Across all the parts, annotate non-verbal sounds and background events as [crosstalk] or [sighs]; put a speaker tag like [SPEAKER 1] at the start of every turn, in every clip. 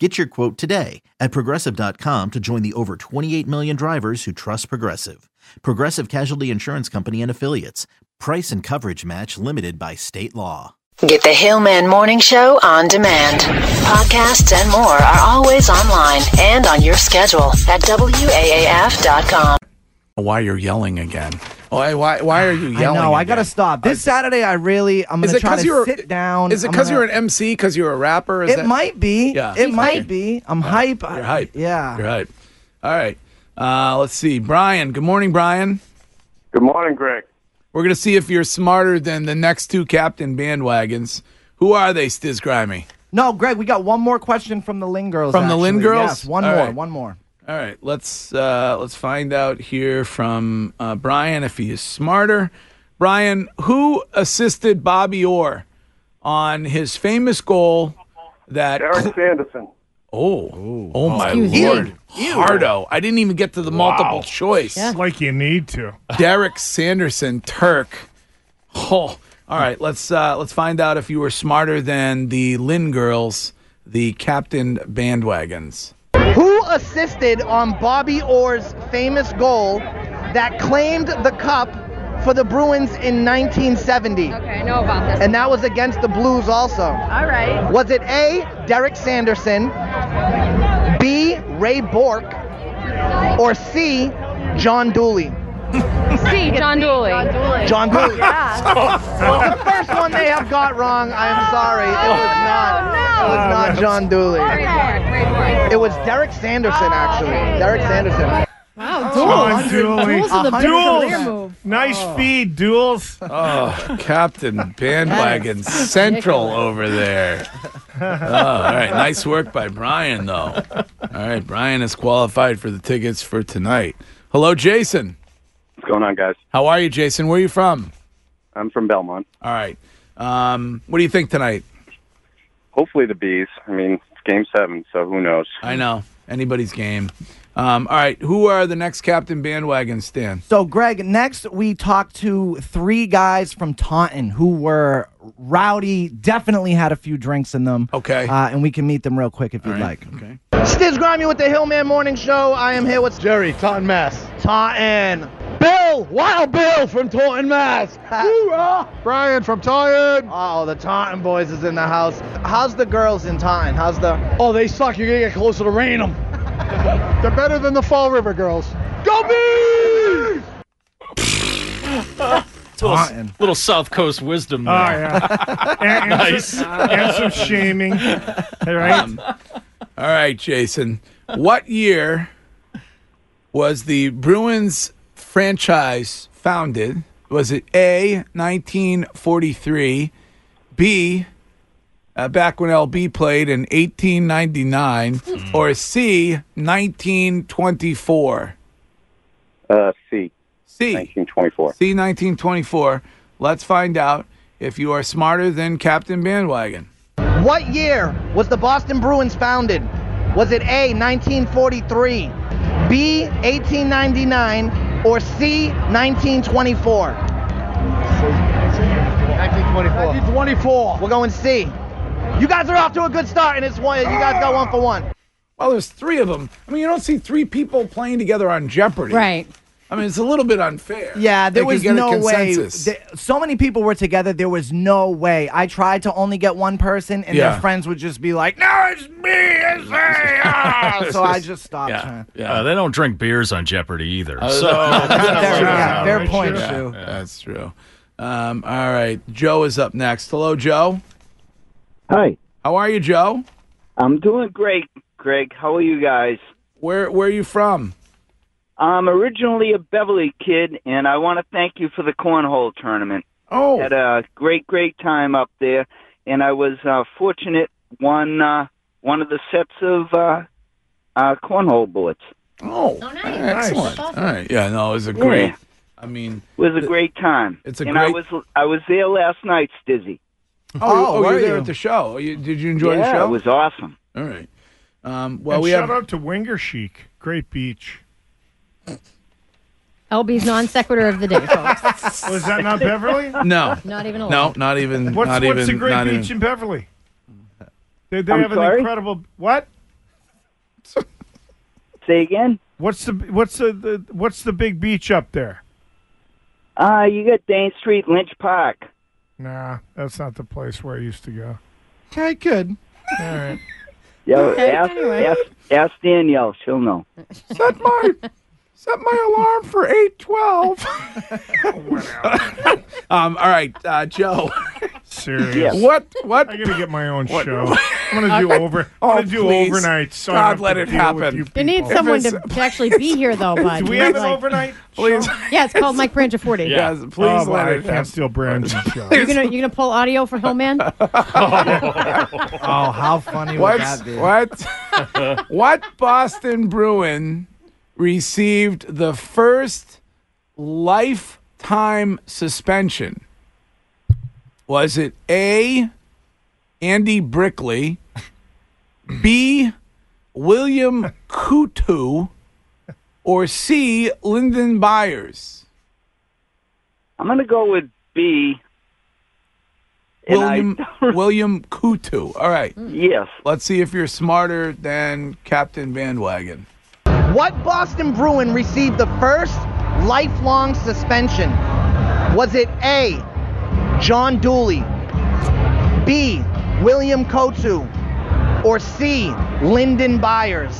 [SPEAKER 1] Get your quote today at progressive.com to join the over 28 million drivers who trust Progressive. Progressive Casualty Insurance Company and Affiliates. Price and coverage match limited by state law.
[SPEAKER 2] Get the Hillman Morning Show on demand. Podcasts and more are always online and on your schedule at WAAF.com.
[SPEAKER 3] Why you're yelling again? Why Oh, why why are you yelling?
[SPEAKER 4] I know. I
[SPEAKER 3] again?
[SPEAKER 4] gotta stop. This Saturday, I really, I'm
[SPEAKER 5] Is
[SPEAKER 4] gonna
[SPEAKER 5] it
[SPEAKER 4] try
[SPEAKER 5] because
[SPEAKER 4] to
[SPEAKER 5] you're
[SPEAKER 4] sit down.
[SPEAKER 5] Is it
[SPEAKER 4] I'm
[SPEAKER 5] because
[SPEAKER 4] gonna-
[SPEAKER 5] you're an MC? Because you're a rapper? Is
[SPEAKER 4] It
[SPEAKER 5] that-
[SPEAKER 4] might be.
[SPEAKER 3] Yeah.
[SPEAKER 4] It
[SPEAKER 3] He's
[SPEAKER 4] might
[SPEAKER 3] hype.
[SPEAKER 4] be. I'm hype.
[SPEAKER 3] You're hype.
[SPEAKER 4] Yeah.
[SPEAKER 3] You're hype. All right. Uh, let's see. Brian. Good morning, Brian.
[SPEAKER 6] Good morning, Greg.
[SPEAKER 3] We're gonna see if you're smarter than the next two captain bandwagons. Who are they, Stiz Grimy?
[SPEAKER 4] No, Greg, we got one more question from the Lynn girls.
[SPEAKER 3] From the Lynn
[SPEAKER 4] actually.
[SPEAKER 3] girls?
[SPEAKER 4] Yes. One
[SPEAKER 3] All
[SPEAKER 4] more.
[SPEAKER 3] right.
[SPEAKER 4] One more.
[SPEAKER 3] All right. Let's uh, let's find out here from uh, Brian if he is smarter. Brian, who assisted Bobby Orr on his famous goal that
[SPEAKER 6] Eric Sanderson.
[SPEAKER 3] Oh, oh my lord, Hardo! I didn't even get to the multiple choice.
[SPEAKER 7] like you need to.
[SPEAKER 3] Derek Sanderson, Turk. Oh, all right. Let's uh, let's find out if you were smarter than the Lynn girls, the captain bandwagons.
[SPEAKER 8] Who assisted on Bobby Orr's famous goal that claimed the cup for the Bruins in 1970?
[SPEAKER 9] Okay, I know about this.
[SPEAKER 8] And that was against the Blues also.
[SPEAKER 9] All right.
[SPEAKER 8] Was it A, Derek Sanderson, B, Ray Bork, or C, John Dooley?
[SPEAKER 9] C. John Dooley. John Dooley.
[SPEAKER 8] John Dooley.
[SPEAKER 9] Yeah.
[SPEAKER 8] the first one they have got wrong. I'm sorry. It was not.
[SPEAKER 9] no.
[SPEAKER 8] It was not John Dooley.
[SPEAKER 9] Okay.
[SPEAKER 8] It was Derek Sanderson, actually. Derek Sanderson.
[SPEAKER 4] Oh.
[SPEAKER 7] John Dooley.
[SPEAKER 4] the best career Oh.
[SPEAKER 7] Duels. Uh, Nice feed, duels.
[SPEAKER 3] Oh, captain bandwagon central over there. Oh, all right, nice work by Brian though. All right, Brian is qualified for the tickets for tonight. Hello, Jason.
[SPEAKER 6] What's going on, guys?
[SPEAKER 3] How are you, Jason? Where are you from?
[SPEAKER 6] I'm from Belmont.
[SPEAKER 3] All right. Um, what do you think tonight?
[SPEAKER 6] Hopefully, the bees. I mean, it's game seven, so who knows?
[SPEAKER 3] I know anybody's game. Um, all right, who are the next captain bandwagon? Stan.
[SPEAKER 4] So, Greg, next we talked to three guys from Taunton who were rowdy, definitely had a few drinks in them.
[SPEAKER 3] Okay.
[SPEAKER 4] Uh, and we can meet them real quick if you'd like.
[SPEAKER 3] Okay.
[SPEAKER 8] Stiz Grimy with the Hillman Morning Show. I am here with Jerry, Taunton Mass. Taunton. Bill, Wild Bill from Taunton Mass. Brian from Taunton. Oh, the Taunton boys is in the house. How's the girls in Taunton? How's the. Oh, they suck. You're going to get closer to rain [laughs] them. They're better than the Fall River girls. Go Bees!
[SPEAKER 4] Taunton.
[SPEAKER 10] little South Coast wisdom.
[SPEAKER 3] Mm.
[SPEAKER 7] Oh,
[SPEAKER 10] There. [laughs]
[SPEAKER 7] yeah. and, and
[SPEAKER 10] Nice.
[SPEAKER 7] Some, and some
[SPEAKER 3] [laughs]
[SPEAKER 7] shaming. All right.
[SPEAKER 3] Um, oh, All right, Jason. What year was the Bruins franchise founded? Was it A, 1943, B, uh, back when LB played in 1899, or C, 1924?
[SPEAKER 6] Uh, C,
[SPEAKER 3] C.
[SPEAKER 6] 1924.
[SPEAKER 3] C 1924. Let's find out if you are smarter than Captain Bandwagon.
[SPEAKER 8] What year was the Boston Bruins founded? Was it A, 1943, B, 1899, or C, 1924? 1924. 1924. We're going C. You guys are off to a good start, and it's one. You guys got one for one.
[SPEAKER 3] Well, there's three of them. I mean, you don't see three people playing together on Jeopardy.
[SPEAKER 9] Right.
[SPEAKER 3] I mean, it's a little bit unfair.
[SPEAKER 4] Yeah,
[SPEAKER 3] They
[SPEAKER 4] there
[SPEAKER 3] could
[SPEAKER 4] was
[SPEAKER 3] get a
[SPEAKER 4] no way.
[SPEAKER 3] consensus.
[SPEAKER 4] th- so many people were together. There was no way. I tried to only get one person, and
[SPEAKER 3] Yeah.
[SPEAKER 4] their friends would just be like, "No, it's me, it's me."
[SPEAKER 6] [laughs]
[SPEAKER 4] ah." [laughs] so I just stopped.
[SPEAKER 10] Yeah.
[SPEAKER 4] Trying.
[SPEAKER 10] Uh, they don't drink beers on Jeopardy either. so [laughs]
[SPEAKER 4] Fair, yeah, fair
[SPEAKER 7] right,
[SPEAKER 4] point,
[SPEAKER 7] sure.
[SPEAKER 4] Shu.
[SPEAKER 3] That's true. Um, all right. Joe is up next. Hello, Joe.
[SPEAKER 11] Hi,
[SPEAKER 3] How are you, Joe?
[SPEAKER 11] I'm doing great, Greg. How are you guys?
[SPEAKER 3] Where Where are you from?
[SPEAKER 11] I'm originally a Beverly kid, and I want to thank you for the cornhole tournament.
[SPEAKER 3] Oh,
[SPEAKER 11] Had a great, great time up there, and I was uh, fortunate won uh, one of the sets of uh, uh, cornhole bullets.
[SPEAKER 3] oh,
[SPEAKER 9] nice.
[SPEAKER 3] excellent. All right. Yeah. No, it was a great. I mean,
[SPEAKER 11] It was a great time.
[SPEAKER 3] It's a
[SPEAKER 11] and I
[SPEAKER 3] great-
[SPEAKER 11] was I was there last night, Stizzy.
[SPEAKER 3] oh, you- oh, you were there at the show. You, did you enjoy
[SPEAKER 11] yeah,
[SPEAKER 3] the show?
[SPEAKER 11] it was awesome.
[SPEAKER 3] All right. Um, well,
[SPEAKER 7] and
[SPEAKER 3] we
[SPEAKER 7] shout
[SPEAKER 3] have.
[SPEAKER 7] out to Winger Chic. Great beach.
[SPEAKER 9] LB's non sequitur of the day, folks.
[SPEAKER 7] [laughs] Was that
[SPEAKER 3] Oh,
[SPEAKER 7] not Beverly?
[SPEAKER 3] No.
[SPEAKER 9] Not even a
[SPEAKER 3] No, not even.
[SPEAKER 7] What's,
[SPEAKER 3] not
[SPEAKER 7] what's
[SPEAKER 3] even,
[SPEAKER 7] the great
[SPEAKER 3] not
[SPEAKER 7] beach
[SPEAKER 3] even.
[SPEAKER 7] in Beverly? They, they
[SPEAKER 11] I'm
[SPEAKER 7] have an
[SPEAKER 11] sorry?
[SPEAKER 7] incredible. What?
[SPEAKER 11] [laughs] Say again.
[SPEAKER 7] What's the what's the, the what's the big beach up there?
[SPEAKER 11] Uh, you got Dane Street, Lynch Park.
[SPEAKER 7] Nah, that's not the place where I used to go.
[SPEAKER 4] Okay, good.
[SPEAKER 7] All right.
[SPEAKER 11] Yeah,
[SPEAKER 7] Okay,
[SPEAKER 11] ask,
[SPEAKER 7] anyway.
[SPEAKER 11] ask, ask Danielle. She'll know.
[SPEAKER 3] Set my set my alarm for eight
[SPEAKER 7] [laughs]
[SPEAKER 3] twelve. Um, all right, uh, Joe. [laughs]
[SPEAKER 7] Serious.
[SPEAKER 3] What? What?
[SPEAKER 7] I'm gonna get my own
[SPEAKER 3] What-
[SPEAKER 7] show. I'm gonna do over.
[SPEAKER 3] Oh,
[SPEAKER 7] I'm gonna do
[SPEAKER 3] please.
[SPEAKER 7] overnight. So I
[SPEAKER 3] God,
[SPEAKER 7] don't have to
[SPEAKER 3] let it
[SPEAKER 7] deal with
[SPEAKER 3] happen.
[SPEAKER 7] You,
[SPEAKER 9] You need
[SPEAKER 7] people.
[SPEAKER 9] someone to, to actually be here, though, bud.
[SPEAKER 7] [laughs] Do we
[SPEAKER 9] You
[SPEAKER 7] have
[SPEAKER 9] need,
[SPEAKER 7] an
[SPEAKER 9] like-
[SPEAKER 7] overnight?
[SPEAKER 3] Please.
[SPEAKER 9] Yeah, it's called Mike Branch of 40.
[SPEAKER 3] Yes, please
[SPEAKER 7] Oh,
[SPEAKER 3] let
[SPEAKER 7] I
[SPEAKER 3] it
[SPEAKER 7] can't
[SPEAKER 3] happen.
[SPEAKER 7] steal Brandon's
[SPEAKER 3] [laughs]
[SPEAKER 7] show.
[SPEAKER 9] You're gonna you're gonna pull audio for Hillman.
[SPEAKER 4] Oh, how funny would
[SPEAKER 3] What's-
[SPEAKER 4] that be?
[SPEAKER 3] What? what Boston Bruin received the first lifetime suspension? Was it A, Andy Brickley, B, William Kutu, or C, Lyndon Byers?
[SPEAKER 11] I'm going to go with B. And I-
[SPEAKER 3] William,
[SPEAKER 11] [laughs]
[SPEAKER 3] William Kutu. All right.
[SPEAKER 11] yes.
[SPEAKER 3] Let's see if you're smarter than Captain Bandwagon.
[SPEAKER 8] What Boston Bruin received the first lifelong suspension? Was it A. John Dooley, B. William Kotu, or C. Lyndon Byers?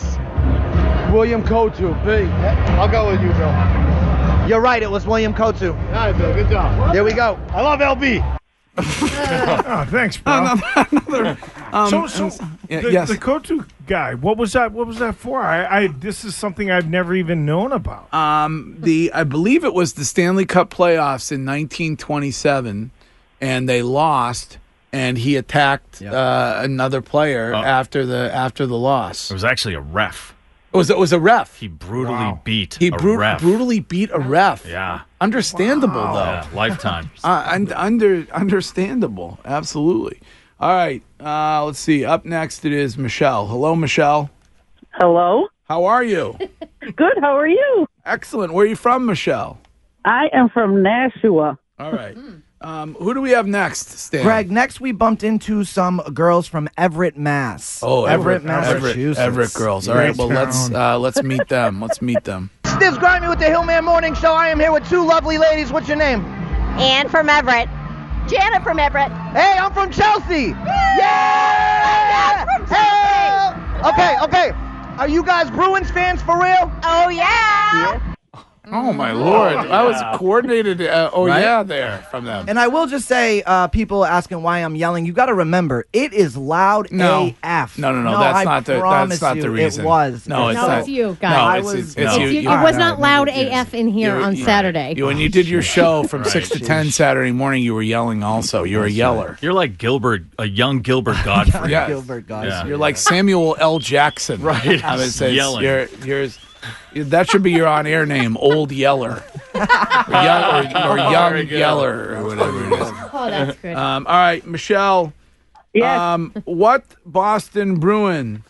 [SPEAKER 8] William Kotu, B. I'll go with you, Bill. You're right, it was William Kotu. All right, Bill, good job. There we go. I love LB.
[SPEAKER 7] Oh, thanks, bro. so, so
[SPEAKER 3] um, Yeah,
[SPEAKER 7] the,
[SPEAKER 3] yes.
[SPEAKER 7] the Kotu guy. What was that? What was that for? I, I this is something I've never even known about.
[SPEAKER 3] Um, the I believe it was the Stanley Cup playoffs in 1927, and they lost. And he attacked uh, another player after the after the loss.
[SPEAKER 10] It was actually a ref.
[SPEAKER 3] It was it was a ref.
[SPEAKER 10] He brutally beat
[SPEAKER 3] He
[SPEAKER 10] a
[SPEAKER 3] bru-
[SPEAKER 10] ref.
[SPEAKER 3] brutally beat a ref.
[SPEAKER 10] yeah.
[SPEAKER 3] Understandable
[SPEAKER 10] Yeah,
[SPEAKER 3] though.
[SPEAKER 10] lifetime.
[SPEAKER 3] Uh, und- under understandable. Absolutely. All right. Uh, let's see. Up next it is Michelle. Hello, Michelle.
[SPEAKER 12] Hello.
[SPEAKER 3] How are you?
[SPEAKER 12] [laughs] Good. How are you?
[SPEAKER 3] Excellent. Where are you from, Michelle?
[SPEAKER 12] I am from Nashua.
[SPEAKER 3] All right. Um, who do we have next, Stan?
[SPEAKER 4] Greg, next we bumped into some girls from Everett, Mass.
[SPEAKER 3] Oh, Everett, Everett,
[SPEAKER 4] Massachusetts.
[SPEAKER 3] Everett girls. All right, well let's uh, let's meet them. Let's meet them.
[SPEAKER 8] Stiz Grimy with the Hillman Morning Show. I am here with two lovely ladies. What's your name? Ann from Everett. Janet from Everett. Hey, I'm from Chelsea. Yeah! from Chelsea. Okay, okay. Are you guys Bruins fans for real? Oh, yeah.
[SPEAKER 3] [laughs] Oh my lord, I was coordinated. Uh, oh
[SPEAKER 4] Right?
[SPEAKER 3] yeah, there from them.
[SPEAKER 4] And I will just say, uh, people asking why I'm yelling, you got to remember, it is loud
[SPEAKER 3] No.
[SPEAKER 4] AF.
[SPEAKER 3] No, no, no, that's
[SPEAKER 4] I
[SPEAKER 3] not the- that's
[SPEAKER 4] promise
[SPEAKER 3] not
[SPEAKER 4] you,
[SPEAKER 3] the reason.
[SPEAKER 4] It was.
[SPEAKER 3] No, it's No, not. it's
[SPEAKER 9] you guys.
[SPEAKER 3] No,
[SPEAKER 9] I
[SPEAKER 3] it's-
[SPEAKER 9] was-
[SPEAKER 3] it's- it's you-
[SPEAKER 9] you-
[SPEAKER 3] you-
[SPEAKER 9] it was
[SPEAKER 3] no,
[SPEAKER 9] not loud AF in here on Saturday.
[SPEAKER 10] Oh,
[SPEAKER 3] You, when you did your show from six to ten Saturday morning, you were yelling. Also, you're a yeller.
[SPEAKER 10] You're like Gilbert, a young
[SPEAKER 3] [laughs]
[SPEAKER 10] Gilbert Godfrey.
[SPEAKER 3] Yes.
[SPEAKER 4] Gilbert Godfrey.
[SPEAKER 10] Yeah.
[SPEAKER 3] You're like Samuel L. Jackson.
[SPEAKER 10] Right.
[SPEAKER 3] I would say
[SPEAKER 10] Yelling.
[SPEAKER 3] You're, you're, that should be your on-air name, Old
[SPEAKER 10] [laughs]
[SPEAKER 3] Yeller, or, young, or, or Young Yeller, or whatever it is.
[SPEAKER 9] [laughs] Oh, that's good.
[SPEAKER 3] Um, all right, Michelle.
[SPEAKER 9] Yes.
[SPEAKER 3] Um, what Boston Bruin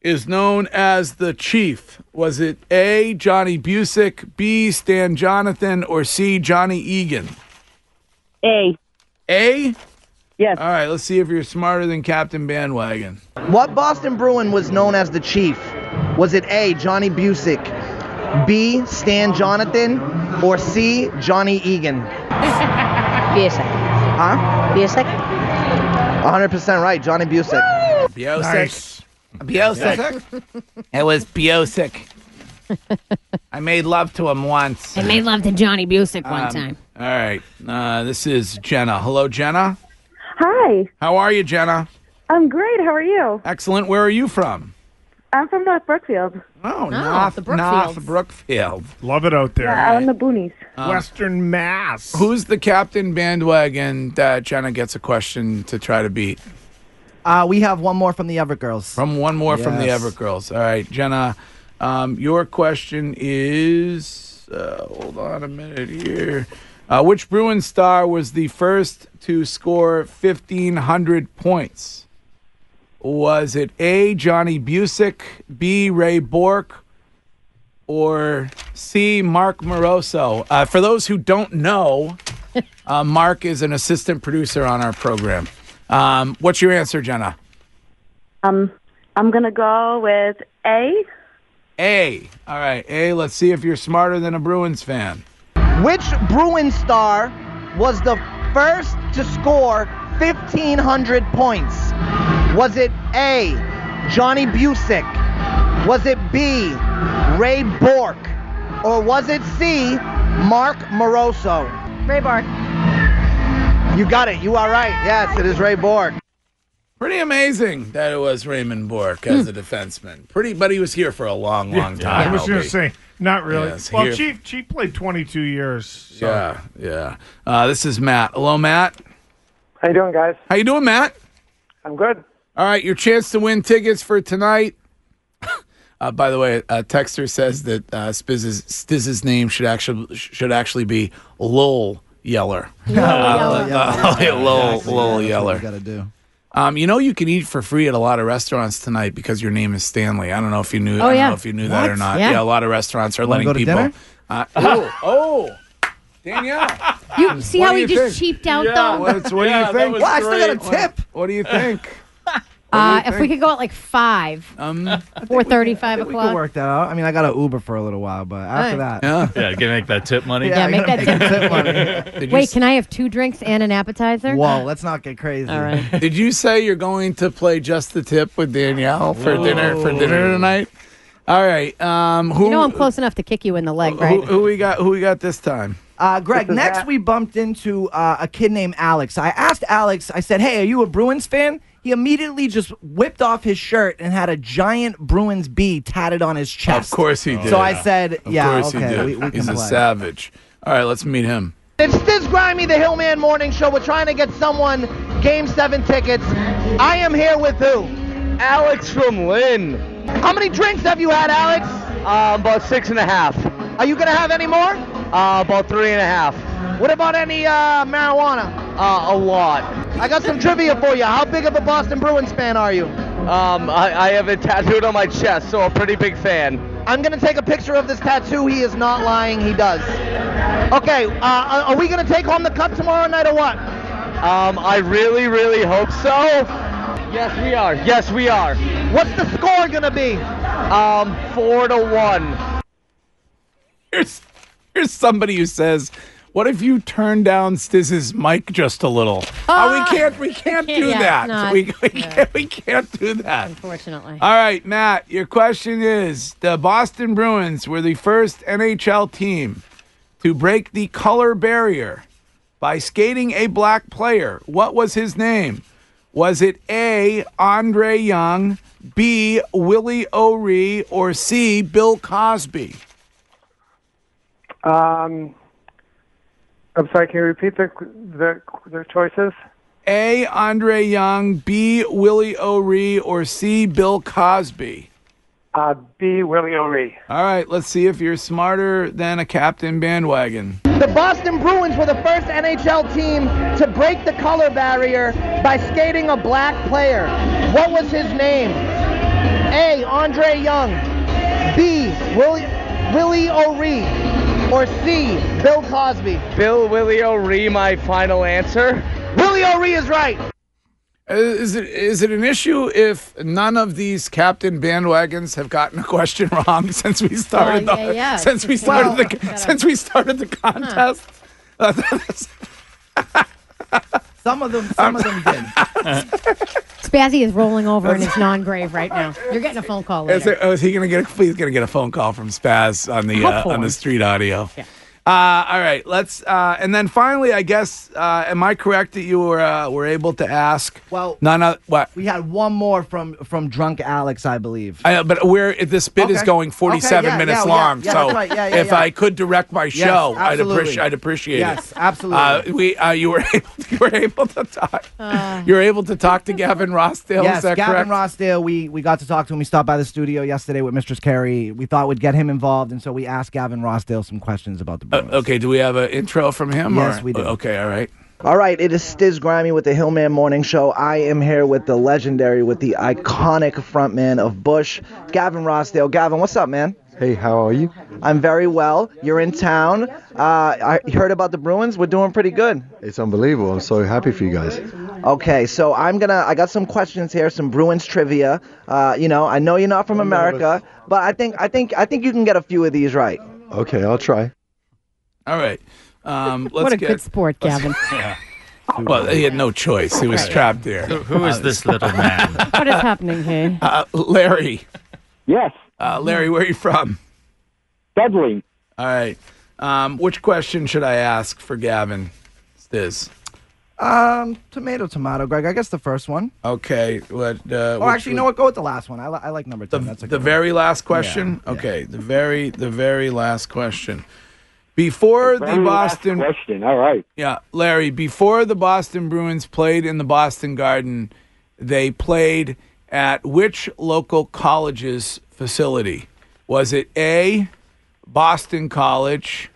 [SPEAKER 3] is known as the Chief? Was it A. Johnny Busick, B. Stan Jonathan, or C. Johnny Egan?
[SPEAKER 12] A.
[SPEAKER 3] A.
[SPEAKER 12] Yes.
[SPEAKER 3] All right. Let's see if you're smarter than Captain Bandwagon.
[SPEAKER 8] What Boston Bruin was known as the Chief? Was it A. Johnny Busick, B. Stan Jonathan, or C. Johnny Egan? [laughs] Busick. Huh? Busick. 100% right, Johnny Busick.
[SPEAKER 3] Biosic.
[SPEAKER 8] Nice.
[SPEAKER 3] Biosic. it was Biosic. I made love to him once.
[SPEAKER 9] I made love to Johnny Busick one
[SPEAKER 3] Um,
[SPEAKER 9] time.
[SPEAKER 3] All right. Uh, this is Jenna. Hello, Jenna.
[SPEAKER 13] Hi,
[SPEAKER 3] How are you, Jenna?
[SPEAKER 13] I'm great. How are you?
[SPEAKER 3] Excellent. Where are you from?
[SPEAKER 13] I'm from North Brookfield.
[SPEAKER 3] Oh,
[SPEAKER 7] North- the Brookfields.
[SPEAKER 3] North Brookfield.
[SPEAKER 7] Love it out there.
[SPEAKER 13] Yeah, out in the boonies.
[SPEAKER 3] Um,
[SPEAKER 7] Western Mass.
[SPEAKER 3] Who's the captain bandwagon that Jenna gets a question to try to beat?
[SPEAKER 4] Uh, we have one more from the Everett girls.
[SPEAKER 3] From one
[SPEAKER 4] [laughs]
[SPEAKER 3] more from the
[SPEAKER 4] Yes.
[SPEAKER 3] Everett girls. All right, Jenna, um, your question is Uh, hold on a minute here. Uh, which Bruin star was the first to score 1,500 points? Was it A, Johnny Busick, B, Ray Bork, or C, Mark Moroso? Uh, for those who don't know, uh, Mark is an assistant producer on our program. Um, what's your answer, Jenna?
[SPEAKER 13] Um, I'm gonna go with A.
[SPEAKER 3] A. All right, A, let's see if you're smarter than a Bruins fan.
[SPEAKER 8] Which Bruin star was the first to score 1,500 points? Was it A. Johnny Busick? Was it B. Ray Bork? Or was it C. Mark Moroso? Ray Bork. You got it. You are right. Yes, it is Ray Bork.
[SPEAKER 3] Pretty amazing that it was Raymond Bork as a defenseman. Pretty, but he was here for a long, long
[SPEAKER 7] Hmm. Yeah,
[SPEAKER 3] time.
[SPEAKER 7] I was going to
[SPEAKER 3] LB.
[SPEAKER 7] say, not really.
[SPEAKER 3] Yes,
[SPEAKER 7] well,
[SPEAKER 3] here-
[SPEAKER 7] Chief, Chief played 22 years. So.
[SPEAKER 3] Yeah, yeah. Uh, this is Matt. Hello, Matt.
[SPEAKER 14] How you doing, guys?
[SPEAKER 3] How you doing, Matt?
[SPEAKER 14] I'm good.
[SPEAKER 3] All right, your chance to win tickets for tonight. [laughs] uh, by the way, uh, Texter says that uh, Spizz's, Stiz's name should actually should actually be Lowell Yeller.
[SPEAKER 4] Lowell
[SPEAKER 3] Uh,
[SPEAKER 4] Yeller.
[SPEAKER 3] uh,
[SPEAKER 4] Yeah,
[SPEAKER 3] Lowell,
[SPEAKER 4] exactly.
[SPEAKER 3] Lowell
[SPEAKER 4] Yeah, that's what
[SPEAKER 3] Yeller.
[SPEAKER 4] we gotta do.
[SPEAKER 3] Um, you know you can eat for free at a lot of restaurants tonight because your name is Stanley. I don't know if you knew.
[SPEAKER 4] Oh,
[SPEAKER 3] I don't
[SPEAKER 4] yeah.
[SPEAKER 3] know if you knew that or
[SPEAKER 4] What?
[SPEAKER 3] not.
[SPEAKER 4] Yeah.
[SPEAKER 3] Yeah. a lot of restaurants are
[SPEAKER 4] Wanna
[SPEAKER 3] letting
[SPEAKER 4] go to
[SPEAKER 3] people.
[SPEAKER 4] dinner?
[SPEAKER 3] Uh, [laughs] oh, oh, Danielle.
[SPEAKER 9] You see
[SPEAKER 3] What
[SPEAKER 9] how
[SPEAKER 3] do
[SPEAKER 9] he
[SPEAKER 3] you
[SPEAKER 9] just
[SPEAKER 3] think?
[SPEAKER 9] cheaped out
[SPEAKER 3] Yeah,
[SPEAKER 9] though.
[SPEAKER 3] what's- what do you think?
[SPEAKER 9] Well, I still got a tip.
[SPEAKER 3] What, what do you think? [laughs]
[SPEAKER 9] Uh, if we could go at like five,
[SPEAKER 3] um,
[SPEAKER 9] four thirty, five
[SPEAKER 4] We could
[SPEAKER 9] o'clock.
[SPEAKER 4] work that out. I mean, I got an Uber for a little while, but after
[SPEAKER 9] Alright.
[SPEAKER 4] that, yeah,
[SPEAKER 10] Yeah, gonna make that tip money.
[SPEAKER 4] Yeah, Yeah, make
[SPEAKER 9] that
[SPEAKER 4] tip [laughs]
[SPEAKER 9] Wait, can I have two drinks and an appetizer? [laughs] Uh,
[SPEAKER 3] Whoa,
[SPEAKER 4] let's not get crazy. Um,
[SPEAKER 9] All right.
[SPEAKER 3] Did you say you're going to play just the tip with Danielle for dinner for dinner tonight? All right. Um, who
[SPEAKER 9] you know I'm close enough to kick you in the leg, right?
[SPEAKER 3] who, who we got? Who we got this time?
[SPEAKER 4] Uh, Greg, next we bumped into uh, a kid named Alex. I asked Alex, I said, hey, are you a Bruins fan? He immediately just whipped off his shirt and had a giant Bruins B tatted on his chest.
[SPEAKER 3] Of course he did.
[SPEAKER 4] So I said,
[SPEAKER 3] Of
[SPEAKER 4] yeah,
[SPEAKER 3] course
[SPEAKER 4] okay,
[SPEAKER 3] he did. [laughs]
[SPEAKER 4] we, we
[SPEAKER 3] He's a
[SPEAKER 4] can play.
[SPEAKER 3] savage. All right, let's meet him.
[SPEAKER 8] It's this Grimy the Hillman Morning Show. We're trying to get someone Game 7 tickets. I am here with who? Alex from Lynn. How many drinks have you had, Alex? Uh, about six and a half. Are you going to have any more? Uh, about three and a half. What about any uh, marijuana? Uh, a lot. I got some trivia for you. How big of a Boston Bruins fan are you? Um, I, I have it tattooed on my chest, so a pretty big fan. I'm gonna take a picture of this tattoo. He is not lying. He does. Okay. Uh, are- are we gonna take home the cup tomorrow night or what? Um, I really, really hope so. Yes, we are. Yes, we are. What's the score gonna be? Um, four to one.
[SPEAKER 3] Here's here's somebody who says, "What if you turn down Stiz's mic just a little?" oh, we can't. We can't do
[SPEAKER 9] Ah. yeah,
[SPEAKER 3] that.
[SPEAKER 9] it's not-
[SPEAKER 3] we we, can't, we can't do that.
[SPEAKER 9] Unfortunately.
[SPEAKER 3] All right, Matt, your question is The Boston Bruins were the first NHL team to break the color barrier by skating a black player. What was his name? Was it A, Andre Young, B, Willie O'Ree, or C, Bill Cosby?
[SPEAKER 14] Um, I'm sorry. Can you repeat the the, the choices?
[SPEAKER 3] A, Andre Young, B, Willie O'Ree, or C, Bill Cosby?
[SPEAKER 14] Uh, B. Willie O'Ree.
[SPEAKER 3] All right, let's see if you're smarter than a captain bandwagon.
[SPEAKER 8] The Boston Bruins were the first NHL team to break the color barrier by skating a black player. What was his name? A. Andre Young. B. Willie, Willie O'Ree. Or C. Bill Cosby. Bill Willie O'Ree, my final answer. Willie O'Ree is right.
[SPEAKER 3] Uh, Is it is it an issue if none of these captain bandwagons have gotten a question wrong [laughs] since we started
[SPEAKER 9] Well, yeah,
[SPEAKER 3] the
[SPEAKER 9] yeah.
[SPEAKER 3] since we started
[SPEAKER 9] Well-
[SPEAKER 3] the since we started the
[SPEAKER 9] [laughs]
[SPEAKER 3] contest?
[SPEAKER 4] some of them, some of them did.
[SPEAKER 9] Spazzy is rolling over in
[SPEAKER 3] [laughs]
[SPEAKER 9] his non-grave right now. You're getting a phone call
[SPEAKER 3] Is,
[SPEAKER 9] later.
[SPEAKER 3] it, oh, is he gonna get a, he's gonna get a phone call from Spaz on the uh,
[SPEAKER 9] Hopefully.
[SPEAKER 3] on the street audio? Yeah. [laughs] Uh, all right, let's. Uh, and then finally, I guess, uh, am I correct that you were uh, were able to ask?
[SPEAKER 4] Well,
[SPEAKER 3] none of what.
[SPEAKER 4] We had one more from from drunk Alex, I believe.
[SPEAKER 3] I, Uh, but we're this bit is
[SPEAKER 4] Okay.
[SPEAKER 3] going
[SPEAKER 4] Okay,
[SPEAKER 3] 47
[SPEAKER 4] yeah,
[SPEAKER 3] minutes
[SPEAKER 4] yeah, yeah,
[SPEAKER 3] long,
[SPEAKER 4] yeah,
[SPEAKER 3] so
[SPEAKER 4] that's right, yeah, yeah,
[SPEAKER 3] if
[SPEAKER 4] yeah.
[SPEAKER 3] I could direct my
[SPEAKER 4] Yes,
[SPEAKER 3] show, I'd,
[SPEAKER 4] absolutely.
[SPEAKER 3] appreci- I'd appreciate
[SPEAKER 4] Yes,
[SPEAKER 3] it.
[SPEAKER 4] absolutely.
[SPEAKER 3] Uh, we uh, you were [laughs] able to, you were able to talk. you were able to talk to Gavin Rossdale.
[SPEAKER 4] yes,
[SPEAKER 3] is that
[SPEAKER 4] Gavin
[SPEAKER 3] correct?
[SPEAKER 4] Rossdale. We we got to talk to him. We stopped by the studio yesterday with Mistress Carey. We thought we'd get him involved, and so we asked Gavin Rossdale some questions about the.
[SPEAKER 3] Uh, okay, do we have an intro from him?
[SPEAKER 4] Yes,
[SPEAKER 3] we do. Okay, all right.
[SPEAKER 8] All right, it is Stiz Grimy with the Hillman Morning Show. I am here with the legendary, with the iconic frontman of Bush, Gavin Rossdale. Gavin, what's up, man? Hey, how are you? I'm very well. You're in town. Uh, I you heard about the Bruins. We're doing pretty good.
[SPEAKER 15] It's unbelievable. I'm so happy for you guys.
[SPEAKER 8] Okay, so I'm gonna. I got some questions here, some Bruins trivia. Uh, you know, I know you're not from America, but I think I think I think you can get a few of these right.
[SPEAKER 15] Okay, I'll try.
[SPEAKER 3] All right.
[SPEAKER 4] [laughs]
[SPEAKER 3] Um, let's
[SPEAKER 9] What a
[SPEAKER 3] get,
[SPEAKER 9] good sport,
[SPEAKER 3] let's-
[SPEAKER 9] Gavin.
[SPEAKER 3] [laughs] yeah. Well, he had no choice. He was
[SPEAKER 9] Right.
[SPEAKER 3] trapped there.
[SPEAKER 10] Who- who is this little man?
[SPEAKER 9] what is happening here?
[SPEAKER 3] Uh, Larry.
[SPEAKER 11] Yes.
[SPEAKER 3] Uh, Larry, where are you from?
[SPEAKER 11] Dudley.
[SPEAKER 3] All right. Um, which question should I ask for Gavin? It's this.
[SPEAKER 4] Um, tomato, tomato, Greg. I guess the first one.
[SPEAKER 3] Okay. What? Uh,
[SPEAKER 4] oh,
[SPEAKER 3] which
[SPEAKER 4] actually, you know
[SPEAKER 3] would-
[SPEAKER 4] what? Go with the last one. I, li- I like number ten. That's a
[SPEAKER 3] The
[SPEAKER 4] good
[SPEAKER 3] very last question. okay. The very, the very last question. Before the,
[SPEAKER 16] very last
[SPEAKER 3] Boston
[SPEAKER 16] question. All right.
[SPEAKER 3] Yeah, Larry, before the Boston Bruins played in the Boston Garden, they played at which local college's facility? Was it A, Boston College,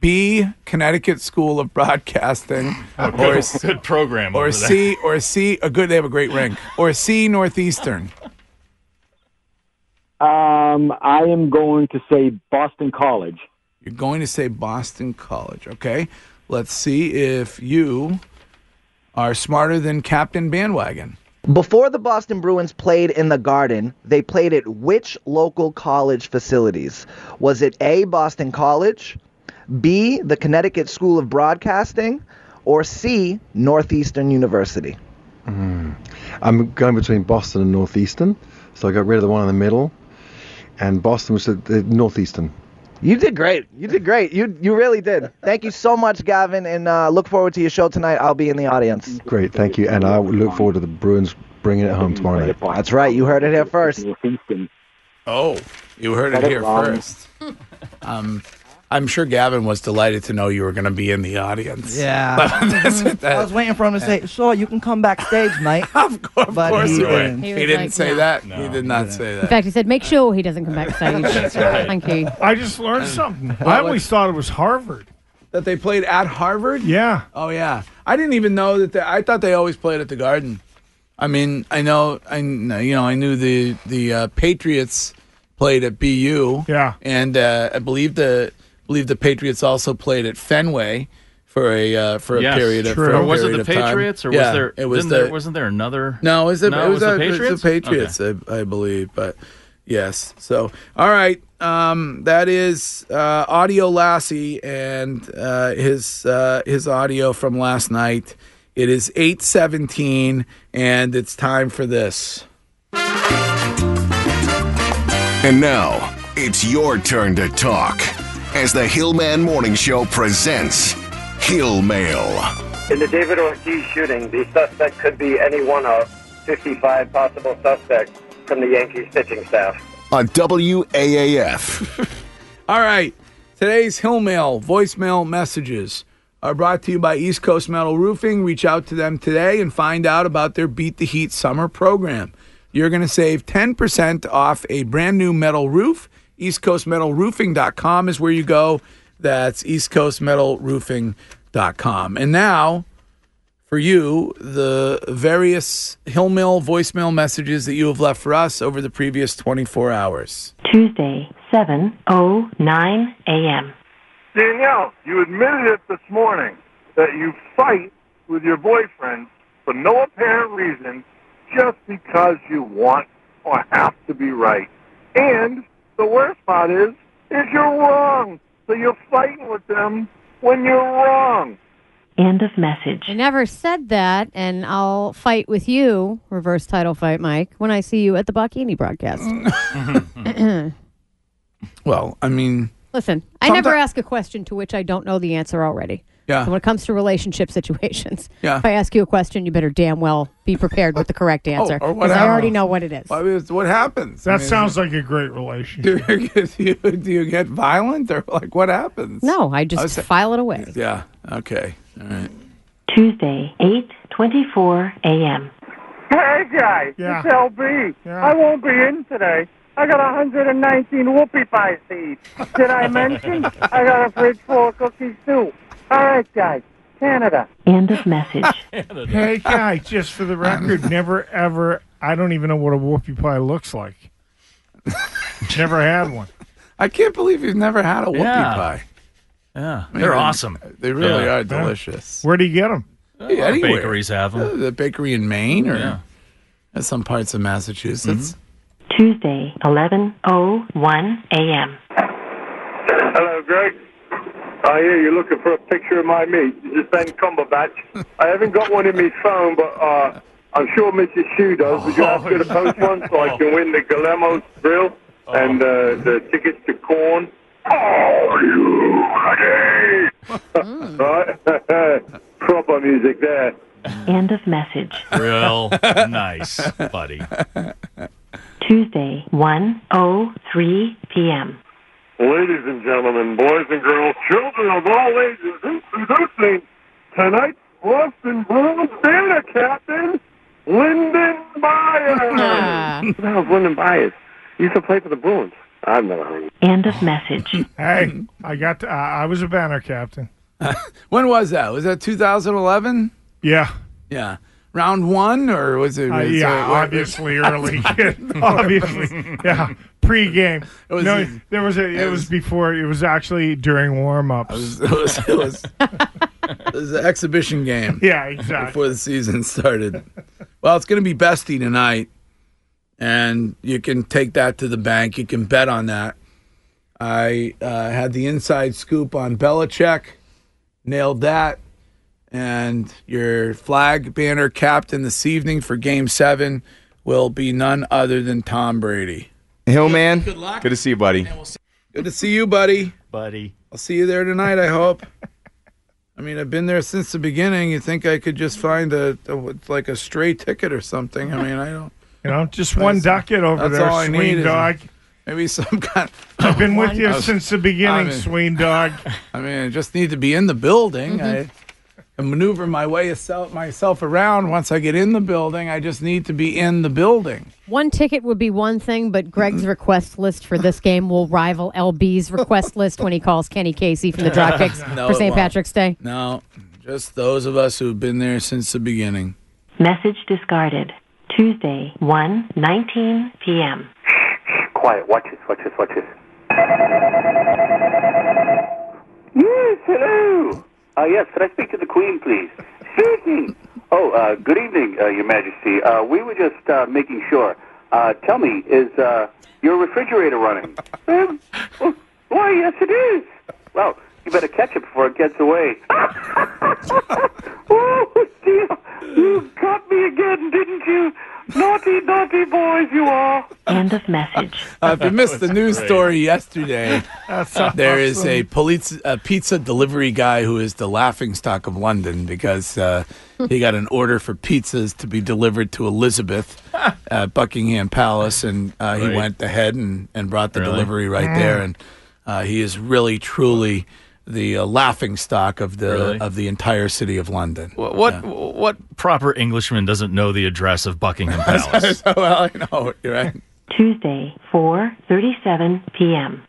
[SPEAKER 3] B, Connecticut School of
[SPEAKER 10] [laughs]
[SPEAKER 3] Broadcasting,
[SPEAKER 10] Oh, good- good program
[SPEAKER 3] or
[SPEAKER 10] over there.
[SPEAKER 3] C, or C, a good they have a great rink, or C, Northeastern?
[SPEAKER 16] Um, I am going to say Boston College.
[SPEAKER 3] You're going to say Boston College, okay? Let's see if you are smarter than Captain Bandwagon.
[SPEAKER 8] Before the Boston Bruins played in the Garden, they played at which local college facilities? Was it A, Boston College, B, the Connecticut School of Broadcasting, or C, Northeastern University?
[SPEAKER 15] Mm. I'm going between Boston and Northeastern, so I got rid of the one in the middle, and Boston was the, the Northeastern.
[SPEAKER 8] You did great. You did great. You you really did. Thank you so much, Gavin, and uh, look forward to your show tonight. I'll be in the audience.
[SPEAKER 15] Great, thank you, and I look forward to the Bruins bringing it home tomorrow night.
[SPEAKER 8] That's right. You heard it here first.
[SPEAKER 3] Oh, you heard
[SPEAKER 8] Got
[SPEAKER 3] it
[SPEAKER 8] it
[SPEAKER 3] here
[SPEAKER 8] wrong.
[SPEAKER 3] first. [laughs] Um, I'm sure Gavin was delighted to know you were going to be in the audience. [laughs]
[SPEAKER 4] Yeah.
[SPEAKER 3] That's it, that-
[SPEAKER 4] [laughs] I was waiting
[SPEAKER 3] [laughs]
[SPEAKER 4] for him to say, "Sure, you can come backstage, mate."
[SPEAKER 3] of course,
[SPEAKER 4] but
[SPEAKER 3] of course
[SPEAKER 4] he
[SPEAKER 3] you were.
[SPEAKER 4] didn't.
[SPEAKER 3] He,
[SPEAKER 9] He was
[SPEAKER 3] didn't
[SPEAKER 9] like,
[SPEAKER 3] say
[SPEAKER 9] no.
[SPEAKER 3] that. he did not say
[SPEAKER 9] In
[SPEAKER 3] that.
[SPEAKER 9] fact, he said, "Make sure he doesn't
[SPEAKER 3] [laughs]
[SPEAKER 9] come backstage."
[SPEAKER 7] That's right.
[SPEAKER 9] Thank you.
[SPEAKER 7] I just learned something.
[SPEAKER 3] Well,
[SPEAKER 7] I always
[SPEAKER 3] let's-
[SPEAKER 7] thought it was Harvard.
[SPEAKER 3] That they played at Harvard? Yeah. Oh yeah. I didn't even know that. They, I thought they always played at the Garden. I mean, I know, I kn- you know, I knew the the uh, Patriots played at BU.
[SPEAKER 7] Yeah.
[SPEAKER 3] and uh, I believe the believe the Patriots also played at Fenway for a uh, for a
[SPEAKER 10] Yes,
[SPEAKER 3] period of
[SPEAKER 10] true.
[SPEAKER 3] for a
[SPEAKER 10] Or was it
[SPEAKER 3] period
[SPEAKER 10] the
[SPEAKER 3] of time.
[SPEAKER 10] Patriots, or was
[SPEAKER 3] yeah,
[SPEAKER 10] there-
[SPEAKER 3] It was
[SPEAKER 10] didn't
[SPEAKER 3] the,
[SPEAKER 10] there- wasn't there another-
[SPEAKER 3] No, it was the,
[SPEAKER 10] No,
[SPEAKER 3] it was, the, It was
[SPEAKER 10] Patriots?
[SPEAKER 3] the Patriots, I, I believe, but yes. So all right, um, that is uh, Audio Lassie and uh, his uh, his audio from last night. It is eight seventeen, and it's time for this.
[SPEAKER 17] And now, it's your turn to talk as the Hillman Morning Show presents Hill Mail.
[SPEAKER 18] In the David Ortiz shooting, the suspect could be any one of 55 possible suspects from the Yankees pitching staff.
[SPEAKER 17] on WAAF.
[SPEAKER 3] All right. Today's Hill Mail voicemail messages are brought to you by East Coast Metal Roofing. Reach out to them today and find out about their Beat the Heat summer program. You're going to save 10% off a brand new metal roof. EastCoastMetalRoofing.com is where you go. That's EastCoastMetalRoofing.com. And now for you the various Hill Mail voicemail messages that you have left for us over the previous 24 hours.
[SPEAKER 19] Tuesday, 7.09 a.m.
[SPEAKER 6] Danielle, you admitted it this morning that you fight with your boyfriend for no apparent reason, just because you want or have to be right. And the worst part is, is you're wrong. So you're fighting with them when you're wrong.
[SPEAKER 19] End of message.
[SPEAKER 9] I never said that, and I'll fight with you, reverse title fight, Mike,
[SPEAKER 3] [laughs]
[SPEAKER 9] when I see you at the Bocchini broadcast. [clears throat]
[SPEAKER 3] Well, I mean,
[SPEAKER 9] Listen, I never ask a question to which I don't know the answer already.
[SPEAKER 3] Yeah.
[SPEAKER 9] So when it comes to relationship [laughs] situations,
[SPEAKER 3] Yeah. Oh,
[SPEAKER 9] if I ask you a question, you better damn well be prepared with the
[SPEAKER 3] [laughs]
[SPEAKER 9] correct answer
[SPEAKER 3] or what
[SPEAKER 9] I
[SPEAKER 3] happened.
[SPEAKER 9] already know what it is.
[SPEAKER 3] I mean, it's what happens?
[SPEAKER 7] That sounds like a great
[SPEAKER 3] [laughs]
[SPEAKER 7] relationship.
[SPEAKER 3] Do you, get, do, you, do you get violent or like what happens?
[SPEAKER 9] No, I just file it away.
[SPEAKER 3] Yeah. Okay. All right.
[SPEAKER 19] Tuesday, 8:24 a.m.
[SPEAKER 6] Hey guys,
[SPEAKER 19] Yeah.
[SPEAKER 6] it's LB. I won't be in today. I got 119 whoopie pies to eat. Did
[SPEAKER 19] [laughs]
[SPEAKER 6] I mention I got a fridge full of cookies too? All right, guys, Canada.
[SPEAKER 19] End of
[SPEAKER 3] [laughs]
[SPEAKER 19] message.
[SPEAKER 7] hey, guy, just for the record, never ever. I don't even know what a whoopie pie looks like. never had one.
[SPEAKER 3] I can't believe you've never had a whoopie
[SPEAKER 7] Yeah.
[SPEAKER 3] pie.
[SPEAKER 10] Yeah. They're awesome.
[SPEAKER 3] They really
[SPEAKER 10] Yeah.
[SPEAKER 3] are delicious.
[SPEAKER 7] Where do you get them?
[SPEAKER 10] A lot of bakeries have 'em.
[SPEAKER 3] The bakery in Maine or
[SPEAKER 19] Yeah.
[SPEAKER 3] at some parts of Massachusetts.
[SPEAKER 10] Mm-hmm.
[SPEAKER 19] Tuesday, 11:01 a.m.
[SPEAKER 6] Hello, Greg. I hear you're looking for a picture of my meat. This is Ben Cumberbatch. I haven't got one in my phone, but uh, I'm sure Mrs. Shoe does. Would you ask her to post one so I can win the Guillermo's grill and uh, the tickets to corn? Oh, you honey! right? [laughs] Proper music there.
[SPEAKER 19] End of message.
[SPEAKER 10] Real
[SPEAKER 6] [laughs]
[SPEAKER 10] nice, buddy.
[SPEAKER 19] Tuesday, 1:03 p.m.
[SPEAKER 6] Ladies and gentlemen, boys and girls, children of all ages, introducing tonight's Boston Bruins banner captain, Lyndon Byers. Who the hell's Lyndon Byers? He used to play for the Bruins. I've never heard of
[SPEAKER 19] End of message.
[SPEAKER 7] Hey, I got. To, uh, I was a banner captain.
[SPEAKER 3] When was that? Was that 2011?
[SPEAKER 7] Yeah.
[SPEAKER 3] Yeah. Round one or was it?
[SPEAKER 7] Uh,
[SPEAKER 3] was
[SPEAKER 7] yeah,
[SPEAKER 3] it- what-
[SPEAKER 7] obviously
[SPEAKER 3] [laughs]
[SPEAKER 7] early. [laughs] obviously, yeah. Pre-game.
[SPEAKER 3] It was-
[SPEAKER 7] no, there was a. It, was, before. It was actually during
[SPEAKER 3] [laughs]
[SPEAKER 7] warm-ups.
[SPEAKER 3] It was, [laughs] it was, it was
[SPEAKER 10] [laughs]
[SPEAKER 3] an exhibition game.
[SPEAKER 7] [laughs] Yeah, exactly.
[SPEAKER 3] Before the season started. Well, it's going to be bestie tonight, and you can take that to the bank. You can bet on that. I uh, had the inside scoop on Belichick, nailed that, and your flag banner captain this evening for Game Seven will be none other than Tom Brady.
[SPEAKER 20] Hillman, good, to see you, buddy.
[SPEAKER 3] Good to see you, buddy.
[SPEAKER 10] Buddy.
[SPEAKER 3] I'll see you there tonight, I hope. [laughs] I mean, I've been there since the beginning. You think I could just find a, a- like a stray ticket or something? I mean, I don't.
[SPEAKER 7] You know, just one
[SPEAKER 3] That's-
[SPEAKER 7] ducket over
[SPEAKER 3] that's
[SPEAKER 7] there,
[SPEAKER 3] all I
[SPEAKER 7] Sween
[SPEAKER 3] need is-
[SPEAKER 7] Dog.
[SPEAKER 3] Maybe some [laughs] kind.
[SPEAKER 7] I've been with you
[SPEAKER 3] One-
[SPEAKER 7] since the beginning,
[SPEAKER 3] I mean-
[SPEAKER 7] Sween Dog.
[SPEAKER 3] [laughs] I mean, I just need to be in the building.
[SPEAKER 7] Mhm.
[SPEAKER 3] I can maneuver my way asel- myself around once I get in the building. I just need to be in the building.
[SPEAKER 9] One ticket would be one thing, but Greg's request list for this game will rival
[SPEAKER 3] [laughs]
[SPEAKER 9] LB's request list when he calls Kenny Casey from the Dropkicks
[SPEAKER 3] No,
[SPEAKER 9] for
[SPEAKER 3] it
[SPEAKER 9] St.
[SPEAKER 3] won't.
[SPEAKER 9] Patrick's Day.
[SPEAKER 3] No, just those of us who've been there since the beginning.
[SPEAKER 19] Message discarded. Tuesday, 1:19 p.m.
[SPEAKER 18] Quiet. Watch this. Watch this. Watch this.
[SPEAKER 2] Yes, hello. Uh, yes, could I speak to the Queen, please? Speaking. Oh, uh, good evening, uh, Your Majesty. Uh, we were just uh, making sure. Uh, tell me, is uh, your refrigerator running? um, well, why, yes, it is. Well, you better catch it before it gets away. [laughs]
[SPEAKER 18] Oh, dear. You got me again, didn't you? Naughty, naughty boys you are.
[SPEAKER 19] End of message.
[SPEAKER 3] [laughs] Uh,
[SPEAKER 7] [laughs]
[SPEAKER 3] if you missed the news story yesterday,
[SPEAKER 7] That's
[SPEAKER 3] [laughs] there is
[SPEAKER 7] awesome.
[SPEAKER 3] a, police, a pizza delivery guy who is the laughing stock of London because
[SPEAKER 9] [laughs]
[SPEAKER 3] uh, he got an order for pizzas to be delivered to
[SPEAKER 9] [laughs]
[SPEAKER 3] Elizabeth at Buckingham Palace, and uh, he
[SPEAKER 10] Right.
[SPEAKER 3] went ahead and, and brought the
[SPEAKER 10] Really?
[SPEAKER 3] delivery right
[SPEAKER 10] Mm.
[SPEAKER 3] there, and uh, he is really truly the uh, laughing stock of the
[SPEAKER 10] Really?
[SPEAKER 3] of the entire city of London.
[SPEAKER 10] What what, what proper Englishman doesn't know the address
[SPEAKER 3] [laughs]
[SPEAKER 10] of Buckingham Palace?
[SPEAKER 3] well, I know you're right.
[SPEAKER 19] Tuesday, 4:37 p.m.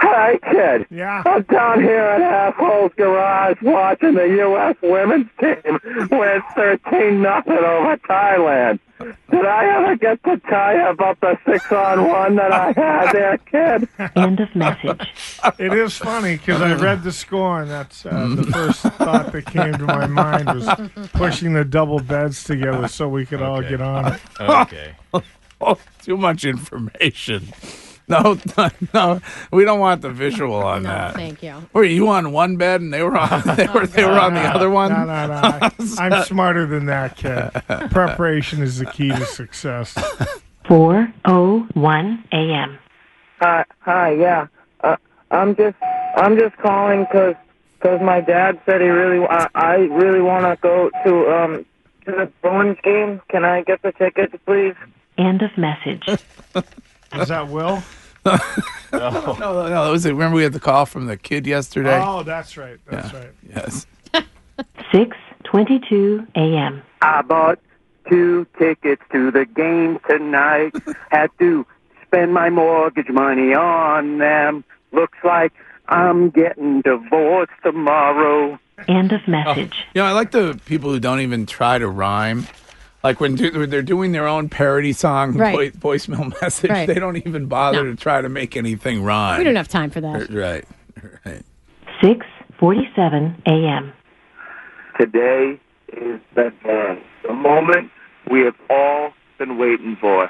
[SPEAKER 18] Hi, kid.
[SPEAKER 7] Yeah.
[SPEAKER 18] I'm down here at Half Hole's Garage watching the U.S. women's team win 13 nothing over Thailand. Did I ever get to tie up up the six on one that I had there,
[SPEAKER 7] [laughs]
[SPEAKER 18] kid?
[SPEAKER 19] End of message.
[SPEAKER 7] It is funny because I read the score, and that's uh,
[SPEAKER 3] Mm-hmm.
[SPEAKER 7] the first thought that came to my
[SPEAKER 3] [laughs]
[SPEAKER 7] mind was pushing the double beds together so we could all get on. it.
[SPEAKER 3] [laughs]
[SPEAKER 7] [laughs]
[SPEAKER 3] Okay. Oh, Too much information. No, no, no, we don't want the visual on that.
[SPEAKER 9] Thank you.
[SPEAKER 3] Were you on one bed and they were
[SPEAKER 9] [laughs]
[SPEAKER 3] on they were they were on the other one?
[SPEAKER 7] No, no, no. I, I'm smarter than that, kid. Preparation is the key
[SPEAKER 3] [laughs]
[SPEAKER 7] to success.
[SPEAKER 19] 4:01 a.m.
[SPEAKER 18] Hi, hi, yeah. Uh,
[SPEAKER 5] I'm just I'm just calling because my dad said he really I, I really want to go to um to the Bruins game. Can I get the tickets, please?
[SPEAKER 19] End of message.
[SPEAKER 7] Is that Will?
[SPEAKER 3] [laughs] no, no, no. That was it. Remember we had the call from the kid yesterday.
[SPEAKER 7] Oh, that's right. That's right.
[SPEAKER 3] Yes.
[SPEAKER 19] 6:22 a.m.
[SPEAKER 18] I bought two tickets to the game
[SPEAKER 16] [laughs]
[SPEAKER 18] tonight. Had to spend my mortgage money on them. Looks like I'm getting divorced tomorrow.
[SPEAKER 19] End of message.
[SPEAKER 3] Oh, You know, I like the people who don't even try to rhyme. Like when, do, when they're doing their own parody song
[SPEAKER 9] Right.
[SPEAKER 3] voi- voicemail [laughs] message,
[SPEAKER 9] Right.
[SPEAKER 3] they don't even bother
[SPEAKER 9] No.
[SPEAKER 3] to try to make anything rhyme.
[SPEAKER 9] We don't have time for that.
[SPEAKER 3] Right. Right.
[SPEAKER 19] 6:47 a.m.
[SPEAKER 18] Today is the day, the moment we have all been waiting for.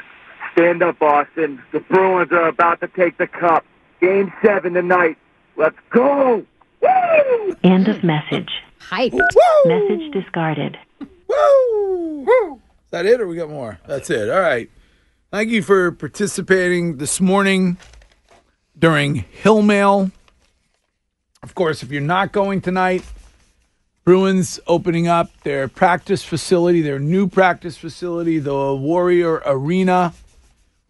[SPEAKER 18] Stand up, Boston. The Bruins are about to take the cup. Game seven tonight. Let's go. Woo!
[SPEAKER 19] End of message.
[SPEAKER 9] Hyped.
[SPEAKER 19] Message discarded.
[SPEAKER 3] Woo! Is that it, or we got more? That's it. All right. Thank you for participating this morning during Hill Mail. Of course, if you're not going tonight, Bruins opening up their practice facility, their new practice facility, the Warrior Arena,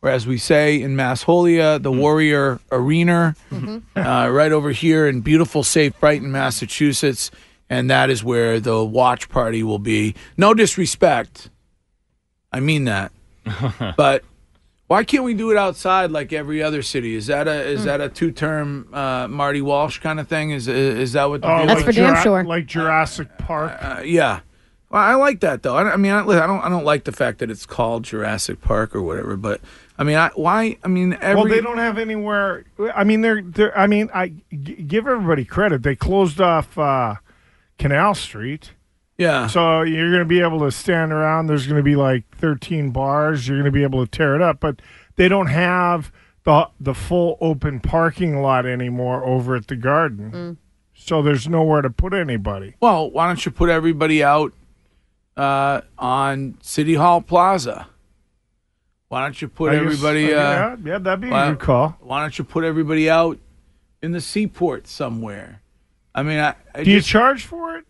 [SPEAKER 3] or as we say in Massholia, the Warrior Arena, uh, right over here in beautiful, safe Brighton, Massachusetts. And that is where the watch party will be. No disrespect. I mean that. but why can't we do it outside like every other city? Is that a is that a two term uh, Marty Walsh kind of thing? Is is that what? the
[SPEAKER 7] Oh,
[SPEAKER 3] deal is?
[SPEAKER 7] Jura- Like Jurassic Park.
[SPEAKER 3] Uh, yeah. Well, I like that though. I, I mean, I, I don't. I don't like the fact that it's called Jurassic Park or whatever. But I mean, I, why? I mean, every
[SPEAKER 7] well, they don't have anywhere. I mean, they're, they're I mean, I g- give everybody credit. They closed off uh, Canal Street.
[SPEAKER 3] Yeah.
[SPEAKER 7] So you're going to be able to stand around. There's going to be like 13 bars. You're going to be able to tear it up, but they don't have the the full open parking lot anymore over at the Garden.
[SPEAKER 3] Mm.
[SPEAKER 7] So there's nowhere to put anybody.
[SPEAKER 3] Well, why don't you put everybody out uh, on City Hall Plaza? Why don't you put
[SPEAKER 7] I guess-
[SPEAKER 3] everybody?
[SPEAKER 7] yeah,
[SPEAKER 3] uh,
[SPEAKER 7] yeah, that'd be a
[SPEAKER 3] why-
[SPEAKER 7] good call.
[SPEAKER 3] Why don't you put everybody out in the seaport somewhere? I mean, I, I
[SPEAKER 7] Do you
[SPEAKER 3] just- Uh,
[SPEAKER 7] charge for it?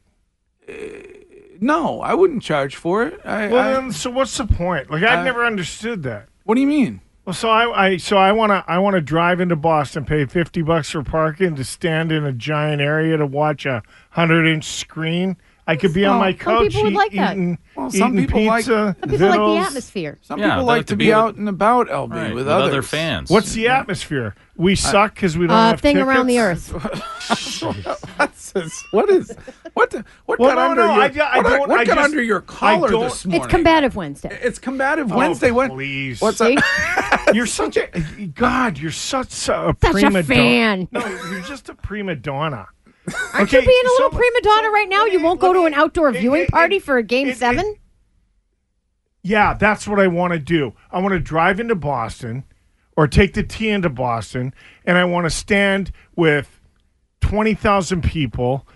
[SPEAKER 3] No, I wouldn't charge for it. I,
[SPEAKER 7] Well,
[SPEAKER 3] I-
[SPEAKER 7] then, so what's the point? Like, I've
[SPEAKER 3] I-
[SPEAKER 7] never understood that.
[SPEAKER 3] Uh, What do you mean?
[SPEAKER 7] Well, so I, I so I want to, I want to drive into Boston, pay fifty bucks for parking to stand in a giant area to watch a hundred-inch screen. I could be on
[SPEAKER 9] Well,
[SPEAKER 7] my
[SPEAKER 9] some
[SPEAKER 7] couch
[SPEAKER 9] people would
[SPEAKER 7] eat-
[SPEAKER 9] like that.
[SPEAKER 7] eating,
[SPEAKER 9] Well, some
[SPEAKER 7] eating
[SPEAKER 9] people like-
[SPEAKER 7] pizza.
[SPEAKER 9] Some people like the
[SPEAKER 7] Vittles.
[SPEAKER 9] atmosphere.
[SPEAKER 3] Some people like to be, out and about, LB,
[SPEAKER 7] Right,
[SPEAKER 3] with,
[SPEAKER 7] with
[SPEAKER 3] others.
[SPEAKER 7] other
[SPEAKER 10] fans.
[SPEAKER 7] What's the atmosphere? We suck because we don't
[SPEAKER 9] Uh,
[SPEAKER 7] have
[SPEAKER 9] thing
[SPEAKER 7] tickets?
[SPEAKER 9] around the earth.
[SPEAKER 7] [laughs]
[SPEAKER 3] That's just- what is what? the- What
[SPEAKER 7] Well,
[SPEAKER 3] got
[SPEAKER 7] no,
[SPEAKER 3] under
[SPEAKER 7] no,
[SPEAKER 3] your
[SPEAKER 7] I ju- I
[SPEAKER 3] what,
[SPEAKER 7] don't-
[SPEAKER 3] what
[SPEAKER 7] I
[SPEAKER 3] got
[SPEAKER 7] just-
[SPEAKER 3] under your
[SPEAKER 7] I
[SPEAKER 3] collar
[SPEAKER 7] don't-
[SPEAKER 3] this morning?
[SPEAKER 9] It's combative Wednesday.
[SPEAKER 3] It's combative Wednesday. What?
[SPEAKER 7] Oh, Please.
[SPEAKER 3] What's up?
[SPEAKER 7] You're such a God. You're such a
[SPEAKER 9] Such a
[SPEAKER 7] prima
[SPEAKER 9] fan.
[SPEAKER 7] Donna. No, you're just a prima donna.
[SPEAKER 9] Aren't you being a little prima donna right now? You won't go to an outdoor viewing party for a game seven?
[SPEAKER 7] Yeah, that's what I want to do. I want to drive into Boston or take the T into Boston, and I want to stand with 20,000 people.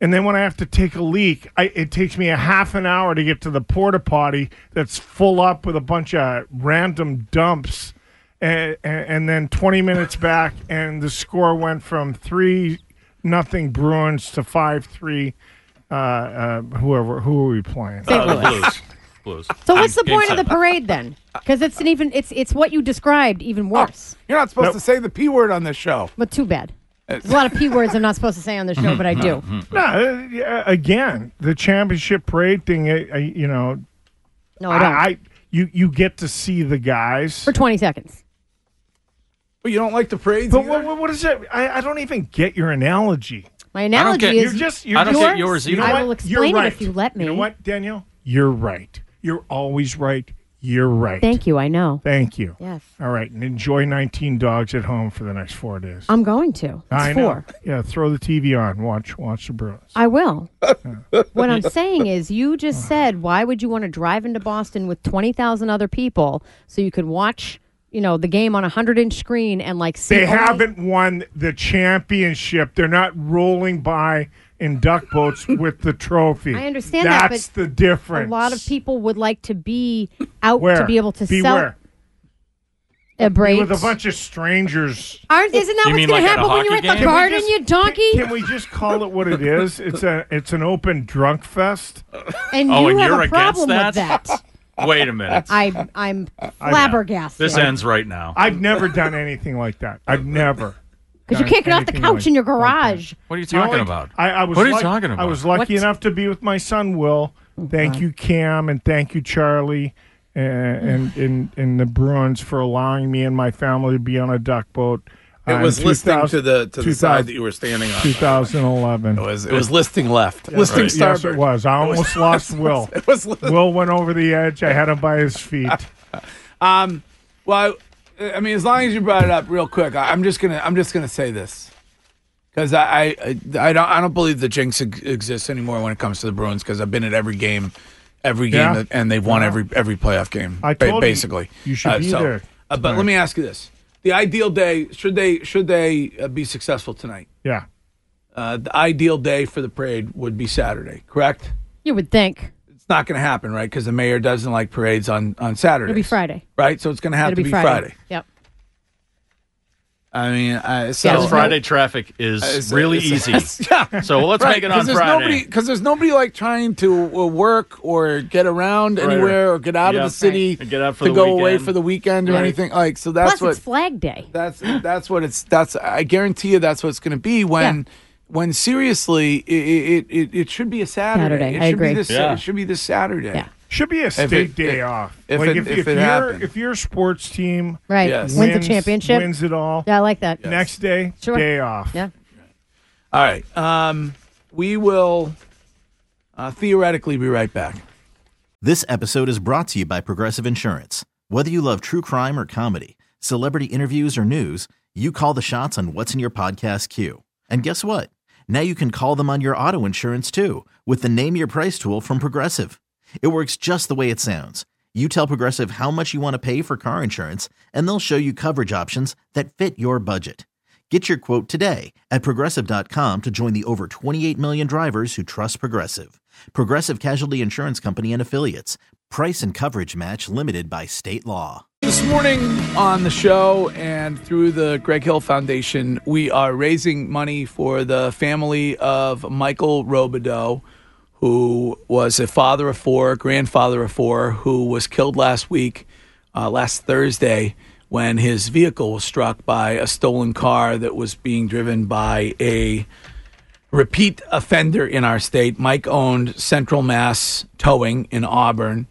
[SPEAKER 7] And then when I have to take a leak, I, it takes me a half an hour to get to the porta potty that's full up with a bunch of random dumps. And, and, and then 20 minutes back, and the score went from 3 nothing Bruins to 5 3. Uh, uh, whoever, who are we playing? Uh,
[SPEAKER 9] St. Louis.
[SPEAKER 10] Blues.
[SPEAKER 9] So what's the point of the parade then?
[SPEAKER 7] [laughs]
[SPEAKER 9] Because it's an even it's it's what you described even worse.
[SPEAKER 3] Oh, You're not supposed to say the p word on this show.
[SPEAKER 9] But too bad. There's a lot of p words I'm not supposed to say on the show, but I
[SPEAKER 7] [laughs]
[SPEAKER 9] do.
[SPEAKER 7] No, uh, yeah, again, the championship parade thing. I, I, you know,
[SPEAKER 9] No, I don't.
[SPEAKER 7] you you get to see the guys for
[SPEAKER 9] twenty seconds.
[SPEAKER 3] But you don't like the parades.
[SPEAKER 7] But what, what- what is it? I, I don't even get your analogy.
[SPEAKER 9] My
[SPEAKER 7] don't
[SPEAKER 9] analogy
[SPEAKER 7] get-
[SPEAKER 9] is
[SPEAKER 7] you're just- you're I don't just- get yours
[SPEAKER 9] You know
[SPEAKER 7] either.
[SPEAKER 9] I will
[SPEAKER 7] what? You're
[SPEAKER 9] explain it if
[SPEAKER 7] right.
[SPEAKER 9] you let me.
[SPEAKER 7] You know what, Danielle? You're right. You're always right. You're right.
[SPEAKER 9] Thank you. I know.
[SPEAKER 7] Thank you.
[SPEAKER 9] Yes.
[SPEAKER 7] All right, and enjoy 19 dogs at home for the next four days.
[SPEAKER 9] I'm going to. It's
[SPEAKER 7] I know.
[SPEAKER 9] four.
[SPEAKER 7] Yeah, throw the TV on. Watch watch the
[SPEAKER 10] [laughs]
[SPEAKER 7] Bruins.
[SPEAKER 9] I will. what I'm saying is, you just said, why would you want to drive into Boston with 20,000 other people so you could watch, you know, the game on a 100 inch screen and like see.
[SPEAKER 7] They
[SPEAKER 9] only-
[SPEAKER 7] haven't won the championship. They're not rolling by in duck
[SPEAKER 9] [laughs]
[SPEAKER 7] boats with the trophy.
[SPEAKER 9] I understand that,
[SPEAKER 7] That's
[SPEAKER 9] but
[SPEAKER 7] the difference.
[SPEAKER 9] A lot of people would like to be out
[SPEAKER 7] Where?
[SPEAKER 9] to be able to
[SPEAKER 7] Be
[SPEAKER 9] sell.
[SPEAKER 7] where?
[SPEAKER 9] abrate.
[SPEAKER 7] with a bunch of strangers.
[SPEAKER 9] Aren't, isn't that what's going to happen when you're at the
[SPEAKER 7] Can we
[SPEAKER 9] garden,
[SPEAKER 7] just-
[SPEAKER 9] you donkey?
[SPEAKER 7] Can we just call it what it is? It's a it's an open drunk fest.
[SPEAKER 9] [laughs] And
[SPEAKER 10] Oh,
[SPEAKER 9] you
[SPEAKER 10] and
[SPEAKER 9] have
[SPEAKER 10] you're
[SPEAKER 9] a
[SPEAKER 10] against
[SPEAKER 9] problem with
[SPEAKER 10] that?
[SPEAKER 7] [laughs]
[SPEAKER 9] that.
[SPEAKER 10] [laughs] Wait a minute.
[SPEAKER 3] [laughs]
[SPEAKER 9] I, I'm flabbergasted.
[SPEAKER 10] This ends right now.
[SPEAKER 7] I've never done anything like that. I've never.
[SPEAKER 9] Because you
[SPEAKER 7] done
[SPEAKER 9] can't get off the
[SPEAKER 7] anything
[SPEAKER 9] couch
[SPEAKER 7] like
[SPEAKER 9] in your garage.
[SPEAKER 10] What are you
[SPEAKER 7] The
[SPEAKER 10] talking
[SPEAKER 7] only-
[SPEAKER 10] about?
[SPEAKER 7] I, I was
[SPEAKER 10] What are you
[SPEAKER 7] luck-
[SPEAKER 10] talking
[SPEAKER 7] I
[SPEAKER 10] about?
[SPEAKER 7] was lucky
[SPEAKER 10] What?
[SPEAKER 7] enough to be with my son, Will. Thank you, Cam, and thank you, Charlie,
[SPEAKER 9] [sighs]
[SPEAKER 7] uh, and, and, and the Bruins for allowing me and my family to be on a duck boat.
[SPEAKER 3] It
[SPEAKER 7] uh, in
[SPEAKER 3] was listening
[SPEAKER 7] 2000
[SPEAKER 3] to the to the
[SPEAKER 7] 2000
[SPEAKER 3] side that you were standing on.
[SPEAKER 7] 2011. It
[SPEAKER 3] was, It was listing left,
[SPEAKER 7] Yes,
[SPEAKER 3] listing
[SPEAKER 7] right. Yes,
[SPEAKER 3] starboard.
[SPEAKER 7] it was. I
[SPEAKER 3] It was-
[SPEAKER 7] almost
[SPEAKER 3] [laughs]
[SPEAKER 7] lost Will. [laughs] Will went over the edge. I had him by his feet.
[SPEAKER 3] Um, well, I, I mean, as long as you brought it up real quick, I, I'm just gonna I'm just gonna say this because I, I I don't I don't believe the jinx ex- exists anymore when it comes to the Bruins because I've been at every game, every game,
[SPEAKER 7] Yeah.
[SPEAKER 3] that, and they've won
[SPEAKER 7] Yeah.
[SPEAKER 3] every every playoff game.
[SPEAKER 7] I
[SPEAKER 3] ba-
[SPEAKER 7] told you,
[SPEAKER 3] basically.
[SPEAKER 7] you should be there
[SPEAKER 3] uh, but let me ask you this: the ideal day should they should they uh, be successful tonight?
[SPEAKER 7] Yeah.
[SPEAKER 3] Uh, the ideal day for the parade would be Saturday, correct?
[SPEAKER 9] You would think.
[SPEAKER 3] It's not going to happen, right? Because the mayor doesn't like parades on on Saturday.
[SPEAKER 9] It'll be Friday.
[SPEAKER 3] right? So it's going to have
[SPEAKER 9] It'll
[SPEAKER 3] to be Friday.
[SPEAKER 9] Yep.
[SPEAKER 3] I mean, I, so
[SPEAKER 10] Because Friday traffic is
[SPEAKER 3] It's-
[SPEAKER 10] really
[SPEAKER 3] it's-
[SPEAKER 10] easy.
[SPEAKER 3] [laughs] yeah.
[SPEAKER 10] So let's
[SPEAKER 3] Right,
[SPEAKER 10] make it
[SPEAKER 3] 'cause
[SPEAKER 10] on
[SPEAKER 3] there's
[SPEAKER 10] Friday.
[SPEAKER 3] Because there's nobody like trying to uh, work or get around
[SPEAKER 10] Right.
[SPEAKER 3] anywhere or get out
[SPEAKER 10] Yep.
[SPEAKER 3] of the city
[SPEAKER 10] Right. Get out for
[SPEAKER 3] to
[SPEAKER 10] the
[SPEAKER 3] go away
[SPEAKER 10] weekend.
[SPEAKER 3] for the weekend or
[SPEAKER 10] Right.
[SPEAKER 3] anything like. So that's
[SPEAKER 9] Plus,
[SPEAKER 3] what
[SPEAKER 9] it's Flag Day.
[SPEAKER 3] that's that's what it's that's I guarantee you that's what it's going to be when when seriously it it, it it should be a Saturday.
[SPEAKER 9] Saturday,
[SPEAKER 3] It
[SPEAKER 9] I
[SPEAKER 3] should
[SPEAKER 9] agree.
[SPEAKER 3] Be this,
[SPEAKER 9] Yeah.
[SPEAKER 3] It should be this Saturday. Yeah.
[SPEAKER 7] Should be a state day off.
[SPEAKER 3] If
[SPEAKER 7] like
[SPEAKER 3] it,
[SPEAKER 7] if,
[SPEAKER 3] if, it
[SPEAKER 7] your
[SPEAKER 3] happened.
[SPEAKER 7] if your sports team
[SPEAKER 9] Right.
[SPEAKER 3] Yes.
[SPEAKER 9] Wins the
[SPEAKER 7] wins-
[SPEAKER 9] championship.
[SPEAKER 7] wins it all.
[SPEAKER 9] Yeah, I like that.
[SPEAKER 7] Next day,
[SPEAKER 9] Sure.
[SPEAKER 7] day off.
[SPEAKER 9] Yeah.
[SPEAKER 3] All right. Um, we will uh, theoretically be right back.
[SPEAKER 1] This episode is brought to you by Progressive Insurance. Whether you love true crime or comedy, celebrity interviews or news, you call the shots on what's in your podcast queue. And guess what? Now you can call them on your auto insurance too with the Name Your Price tool from Progressive. It works just the way it sounds. You tell Progressive how much you want to pay for car insurance, and they'll show you coverage options that fit your budget. Get your quote today at progressive.com to join the over 28 million drivers who trust Progressive. Progressive Casualty Insurance Company and Affiliates. Price and coverage match limited by state law.
[SPEAKER 3] This morning on the show and through the Greg Hill Foundation, we are raising money for the family of Michael Robideau, who was a father of four, grandfather of four, who was killed last week, uh, last Thursday, when his vehicle was struck by a stolen car that was being driven by a repeat offender in our state. Mike owned Central Mass Towing in Auburn,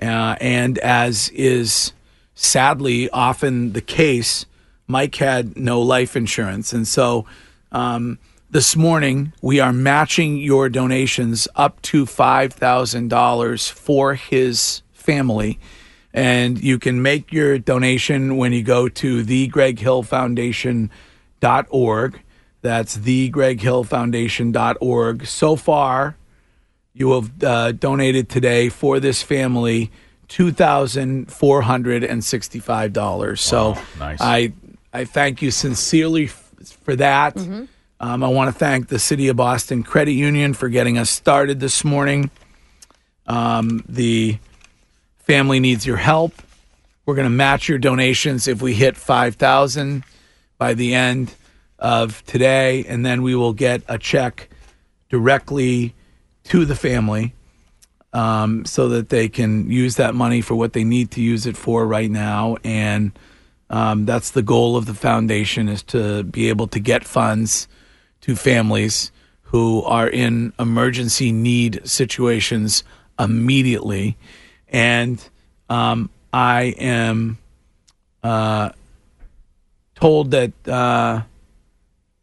[SPEAKER 3] uh, and as is sadly often the case, Mike had no life insurance, and so um, this morning we are matching your donations up to five thousand dollars for his family. And you can make your donation when you go to the Greg Hill Foundation thegreghillfoundation.org. That's thegreghillfoundation.org. So far, you have uh, donated today for this family $2,465. so
[SPEAKER 10] nice.
[SPEAKER 3] I, I thank you sincerely f- for that. Um, I want to thank the City of Boston Credit Union for getting us started this morning. Um, the family needs your help. We're going to match your donations if we hit 5,000 by the end of today, and then we will get a check directly to the family um, so that they can use that money for what they need to use it for right now. And um, that's the goal of the foundation is to be able to get funds to families who are in emergency need situations immediately. And um, I am uh, told that uh,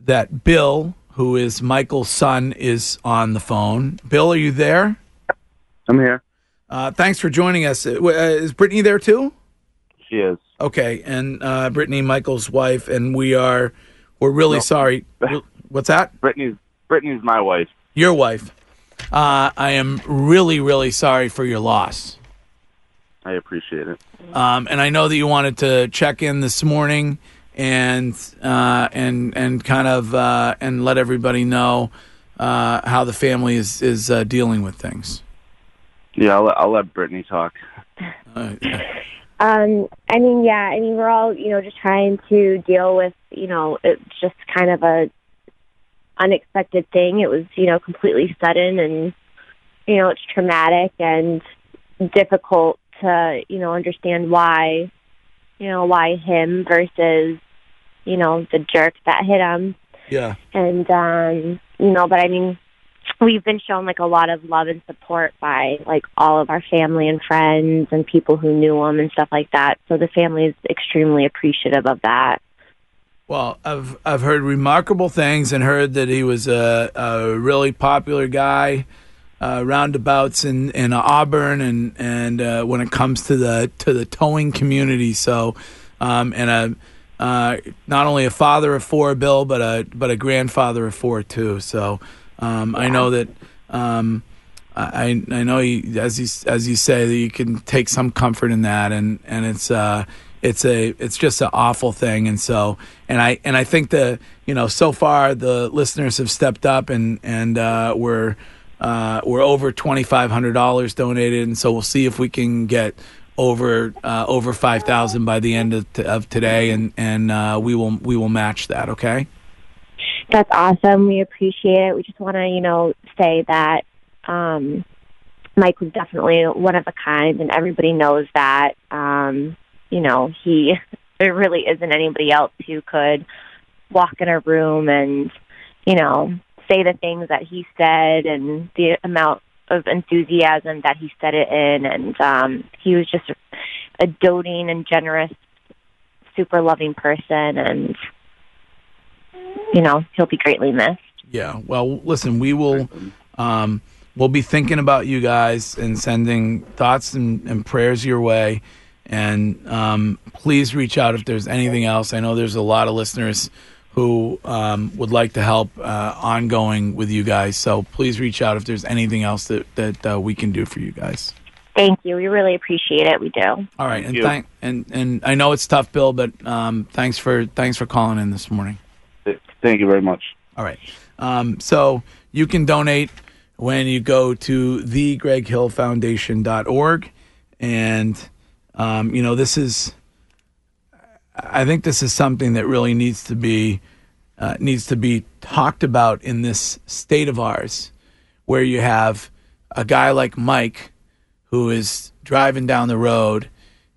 [SPEAKER 3] that Bill, who is Michael's son, is on the phone. Bill, are you there?
[SPEAKER 16] I'm here.
[SPEAKER 3] Uh, thanks for joining us. Uh, w- uh, is Brittany there too?
[SPEAKER 16] She is.
[SPEAKER 3] Okay, and uh, Brittany, Michael's wife, and we are we're really sorry. What's that?
[SPEAKER 16] Brittany's Brittany's my wife.
[SPEAKER 3] Your wife. Uh, I am really, really sorry for your loss.
[SPEAKER 16] I appreciate it.
[SPEAKER 3] Um, and I know that you wanted to check in this morning and uh, and and kind of uh, and let everybody know uh, how the family is is uh, dealing with things.
[SPEAKER 16] Yeah, I'll, I'll let Brittany talk.
[SPEAKER 3] Uh,
[SPEAKER 21] Um, I mean, yeah, I mean, we're all, you know, just trying to deal with, you know, it's just kind of a unexpected thing. It was, you know, completely sudden and, you know, it's traumatic and difficult to, you know, understand why, you know, why him versus, you know, the jerk that hit him.
[SPEAKER 3] Yeah.
[SPEAKER 21] And, um, you know, but I mean, we've been shown like a lot of love and support by like all of our family and friends and people who knew him and stuff like that. So the family is extremely appreciative of that.
[SPEAKER 3] Well, I've I've heard remarkable things and heard that he was a, a really popular guy uh, roundabouts in, in Auburn and and uh, when it comes to the to the towing community. So, um, and a uh, not only a father of four, Bill, but a but a grandfather of four too. So, um, I know that. Um, I, I know you, as you as you say that you can take some comfort in that and and it's uh it's a it's just an awful thing and so and I and I think the you know so far the listeners have stepped up and and uh, we're uh, we're over twenty five hundred dollars donated and so we'll see if we can get over uh, over five thousand by the end of, t- of today and and uh, we will we will match that okay
[SPEAKER 21] That's awesome. We appreciate it. We just want to, you know, say that um, Mike was definitely one of a kind, and everybody knows that. Um, you know, he [laughs] there really isn't anybody else who could walk in a room and, you know, say the things that he said and the amount of enthusiasm that he said it in, and um, he was just a doting and generous, super loving person, and you know, he'll be greatly missed.
[SPEAKER 3] Yeah. Well, listen, we will um, we'll be thinking about you guys and sending thoughts and, and prayers your way. And um, please reach out if there's anything else. I know there's a lot of listeners who um, would like to help uh, ongoing with you guys. So please reach out if there's anything else that that uh, we can do for you guys.
[SPEAKER 21] Thank you. We really appreciate it. We do.
[SPEAKER 3] All right, and thank and and I know it's tough, Bill, but um, thanks for thanks for calling in this morning.
[SPEAKER 22] Thank you very much.
[SPEAKER 3] All right. Um, so you can donate when you go to thegreghillfoundation.org. And, um, you know, this is, I think this is something that really needs to be, uh, needs to be talked about in this state of ours, where you have a guy like Mike who is driving down the road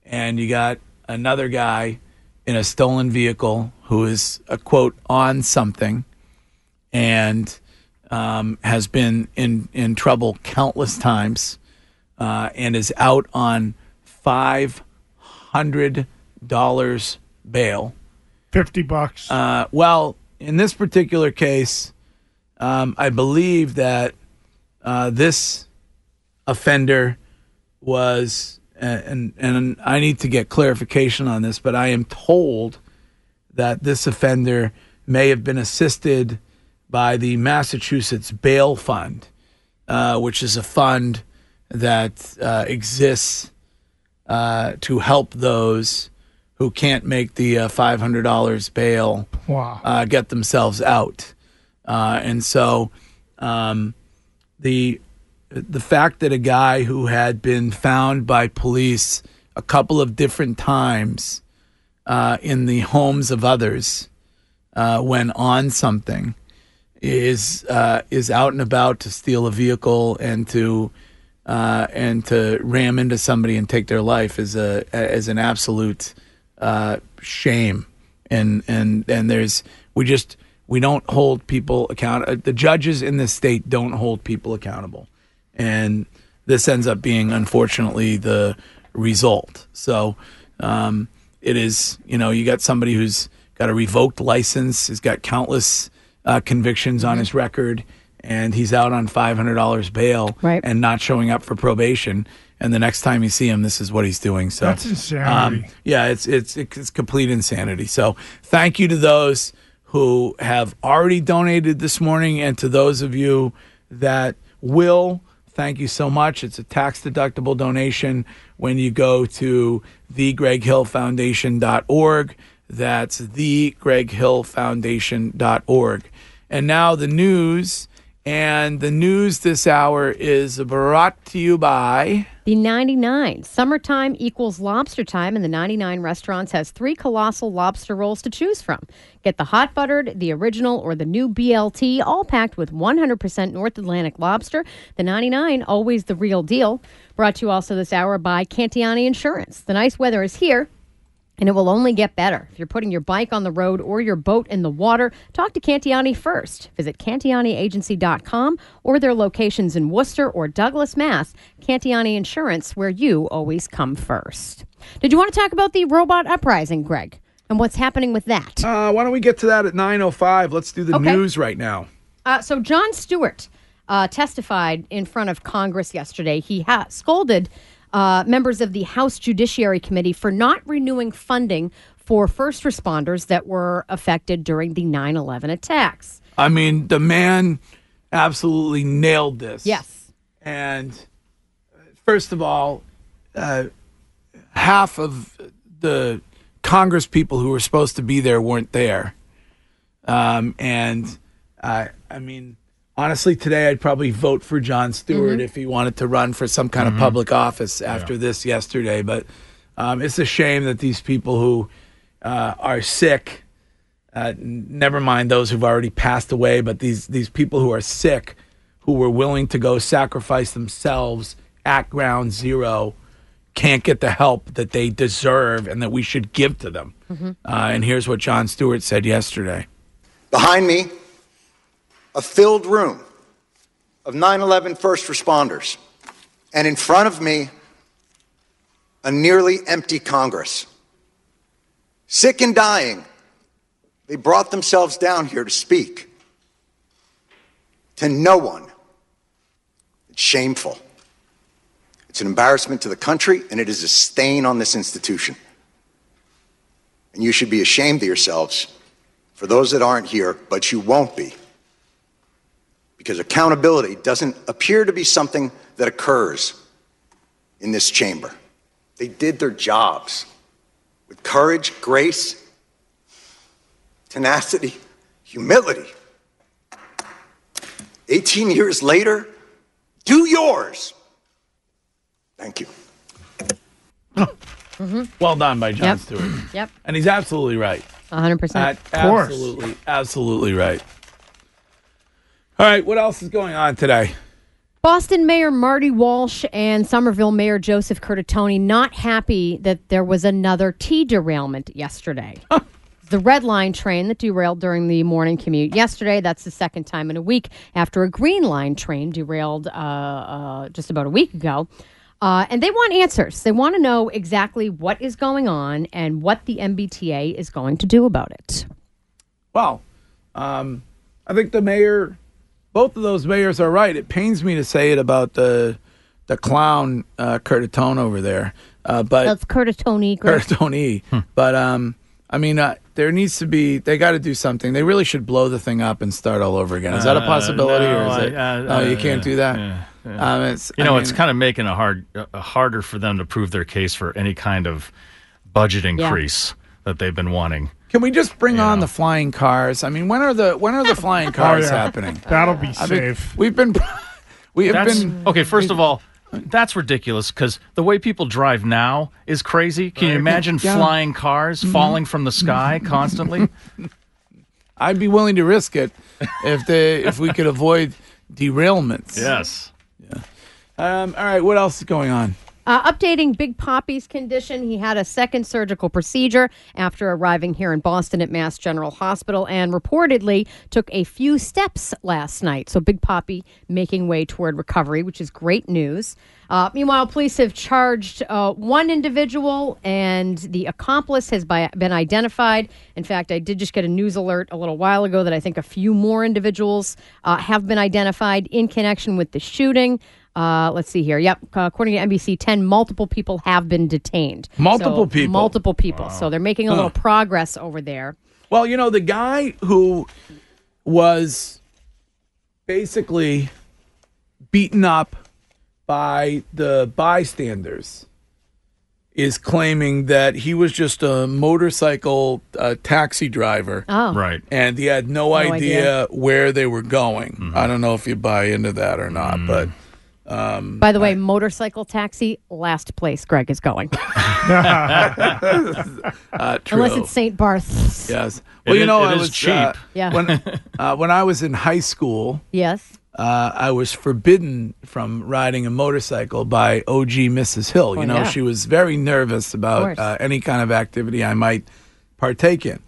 [SPEAKER 3] and you got another guy in a stolen vehicle who is a quote on something and um, has been in, in trouble countless times uh, and is out on $500 bail.
[SPEAKER 7] 50 bucks.
[SPEAKER 3] Uh, well, in this particular case, um, I believe that uh, this offender was, and, and I need to get clarification on this, but I am told that this offender may have been assisted by the Massachusetts Bail Fund, uh, which is a fund that uh, exists uh, to help those who can't make the uh, $500 bail
[SPEAKER 7] Wow.
[SPEAKER 3] uh, get themselves out. Uh, and so um, the the fact that a guy who had been found by police a couple of different times uh, in the homes of others uh, when on something is uh, is out and about to steal a vehicle and to uh, and to ram into somebody and take their life is a is an absolute uh, shame and and and there's we just we don't hold people account uh, the judges in this state don't hold people accountable and this ends up being unfortunately the result so um, it is you know you got somebody who's got a revoked license has got countless uh, convictions on his record and he's out on $500 bail
[SPEAKER 9] Right.
[SPEAKER 3] and not showing up for probation and the next time you see him this is what he's doing so
[SPEAKER 7] That's
[SPEAKER 3] um,
[SPEAKER 7] insanity.
[SPEAKER 3] yeah, it's it's it's complete insanity. So thank you to those who have already donated this morning, and to those of you that will. Thank you so much. It's a tax deductible donation when you go to thegreghillfoundation.org. That's thegreghillfoundation.org. And now the news And the news this hour is brought to you by.
[SPEAKER 9] The 99. Summertime equals lobster time, and the 99 Restaurants has three colossal lobster rolls to choose from. Get the hot buttered, the original, or the new BLT, all packed with 100% North Atlantic lobster. The 99, always the real deal. Brought to you also this hour by Cantiani Insurance. The nice weather is here. And it will only get better. If you're putting your bike on the road or your boat in the water, talk to Cantiani first. Visit CantianiAgency.com or their locations in Worcester or Douglas, Mass. Cantiani Insurance, where you always come first. Did you want to talk about the robot uprising, Greg, and what's happening with that?
[SPEAKER 3] Uh, why don't we get to that at 9.05? Let's do the
[SPEAKER 9] Okay.
[SPEAKER 3] news right now.
[SPEAKER 9] Uh, so John Stewart uh, testified in front of Congress yesterday. He ha- scolded uh, members of the House Judiciary Committee for not renewing funding for first responders that were affected during the 9/11 attacks.
[SPEAKER 3] I mean, the man absolutely nailed this.
[SPEAKER 9] Yes.
[SPEAKER 3] And uh, first of all, uh, half of the Congress people who were supposed to be there weren't there. Um, and I, I mean, honestly, today I'd probably vote for John Stewart
[SPEAKER 22] Mhm.
[SPEAKER 3] if he wanted to run for some kind
[SPEAKER 22] Mhm.
[SPEAKER 3] of public office after this yesterday. But um, it's a shame that these people who uh, are sick uh, n- never mind those who've already passed away, but these these people who are sick, who were willing to go sacrifice themselves at ground zero, can't get the help that they deserve and that we should give to them. Uh, and here's what John Stewart said yesterday.
[SPEAKER 12] Behind me, a filled room of 9 11 first responders. And in front of me, a nearly empty Congress. Sick and dying, they brought themselves down here to speak. To no one. It's shameful. It's an embarrassment to the country, and it is a stain on this institution. And you should be ashamed of yourselves for those that aren't here, but you won't be. Because accountability doesn't appear to be something that occurs in this chamber. They did their jobs with courage, grace, tenacity, humility. 18 years later, do yours. Thank you.
[SPEAKER 3] Well done by John
[SPEAKER 9] Yep.
[SPEAKER 3] Stewart.
[SPEAKER 9] Yep.
[SPEAKER 3] And he's absolutely right.
[SPEAKER 9] 100%.
[SPEAKER 3] Uh, absolutely, absolutely right. All right, what else is going on today?
[SPEAKER 9] Boston Mayor Marty Walsh and Somerville Mayor Joseph Curtatone not happy that there was another T derailment yesterday. the red line train that derailed during the morning commute yesterday. That's the second time in a week after a green line train derailed uh, uh, just about a week ago. Uh, and they want answers. They want to know exactly what is going on and what the MBTA is going to do about it.
[SPEAKER 3] Well, um, I think the mayor, both of those mayors are right. It pains me to say it about the the clown uh, Curtatone over there, uh, but
[SPEAKER 9] That's Curtatone. Greg.
[SPEAKER 3] Curtatone.
[SPEAKER 10] Hmm.
[SPEAKER 3] But um, I mean, uh, there needs to be. They got to do something. They really should blow the thing up and start all over again. Is that a
[SPEAKER 10] Uh,
[SPEAKER 3] possibility, or
[SPEAKER 10] no,
[SPEAKER 3] is
[SPEAKER 10] I-
[SPEAKER 3] it?
[SPEAKER 10] uh,
[SPEAKER 3] no, you
[SPEAKER 10] uh,
[SPEAKER 3] can't do that.
[SPEAKER 10] yeah, yeah.
[SPEAKER 3] Um, it's,
[SPEAKER 10] you
[SPEAKER 3] I
[SPEAKER 10] know, it's
[SPEAKER 3] mean-
[SPEAKER 10] kind of making it hard, uh, harder for them to prove their case for any kind of budget increase that they've been wanting.
[SPEAKER 3] Can we just bring on the flying cars? I mean, when are the when are
[SPEAKER 10] [laughs]
[SPEAKER 3] the flying cars
[SPEAKER 10] Oh, yeah.
[SPEAKER 3] happening?
[SPEAKER 7] That'll be
[SPEAKER 3] I mean,
[SPEAKER 7] safe.
[SPEAKER 3] we've been we have
[SPEAKER 10] That's-
[SPEAKER 3] been
[SPEAKER 10] okay. First of all, that's ridiculous because the way people drive now is crazy. Can you
[SPEAKER 3] [laughs]
[SPEAKER 10] imagine
[SPEAKER 3] Yeah. Mm-hmm.
[SPEAKER 10] flying cars falling from the sky constantly?
[SPEAKER 3] [laughs] I'd be willing to risk it if they if we could avoid derailments.
[SPEAKER 10] Yes.
[SPEAKER 3] Yeah. Um, all right. What else is going on?
[SPEAKER 9] Uh, updating Big Poppy's condition. He had a second surgical procedure after arriving here in Boston at Mass General Hospital and reportedly took a few steps last night. So, Big Poppy making way toward recovery, which is great news. Uh, meanwhile, police have charged uh, one individual, and the accomplice has bi- been identified. In fact, I did just get a news alert a little while ago that I think a few more individuals uh, have been identified in connection with the shooting. Uh, let's see here. Yep. According to NBC 10, multiple people have been detained.
[SPEAKER 3] Multiple
[SPEAKER 9] So,
[SPEAKER 3] people?
[SPEAKER 9] Multiple people. So they're making a little
[SPEAKER 3] Huh.
[SPEAKER 9] progress over there.
[SPEAKER 3] Well, you know the guy who was basically beaten up by the bystanders is claiming that he was just a motorcycle uh, taxi driver.
[SPEAKER 9] Oh.
[SPEAKER 10] Right.
[SPEAKER 3] And he had no, idea,
[SPEAKER 9] idea.
[SPEAKER 3] where they were going.
[SPEAKER 9] Mm-hmm.
[SPEAKER 3] I don't know if you buy into that or
[SPEAKER 9] Mm.
[SPEAKER 3] not, but. Um, [laughs]
[SPEAKER 9] By the way, motorcycle taxi, last place Greg
[SPEAKER 3] [laughs]
[SPEAKER 9] is going.
[SPEAKER 3] uh, true.
[SPEAKER 9] Unless it's St. Barth's.
[SPEAKER 3] Yes.
[SPEAKER 9] It
[SPEAKER 3] Well, you
[SPEAKER 9] is-
[SPEAKER 3] know,
[SPEAKER 9] it
[SPEAKER 3] I
[SPEAKER 9] is
[SPEAKER 3] was
[SPEAKER 9] cheap.
[SPEAKER 3] uh,
[SPEAKER 9] Yeah.
[SPEAKER 3] When, uh, when I was in high school,
[SPEAKER 9] [laughs] Yes.
[SPEAKER 3] uh, I was forbidden from riding a motorcycle by OG Mrs. Hill.
[SPEAKER 9] Oh,
[SPEAKER 3] you know,
[SPEAKER 9] yeah.
[SPEAKER 3] she was very nervous
[SPEAKER 9] course.
[SPEAKER 3] about uh, any kind of activity I might partake in.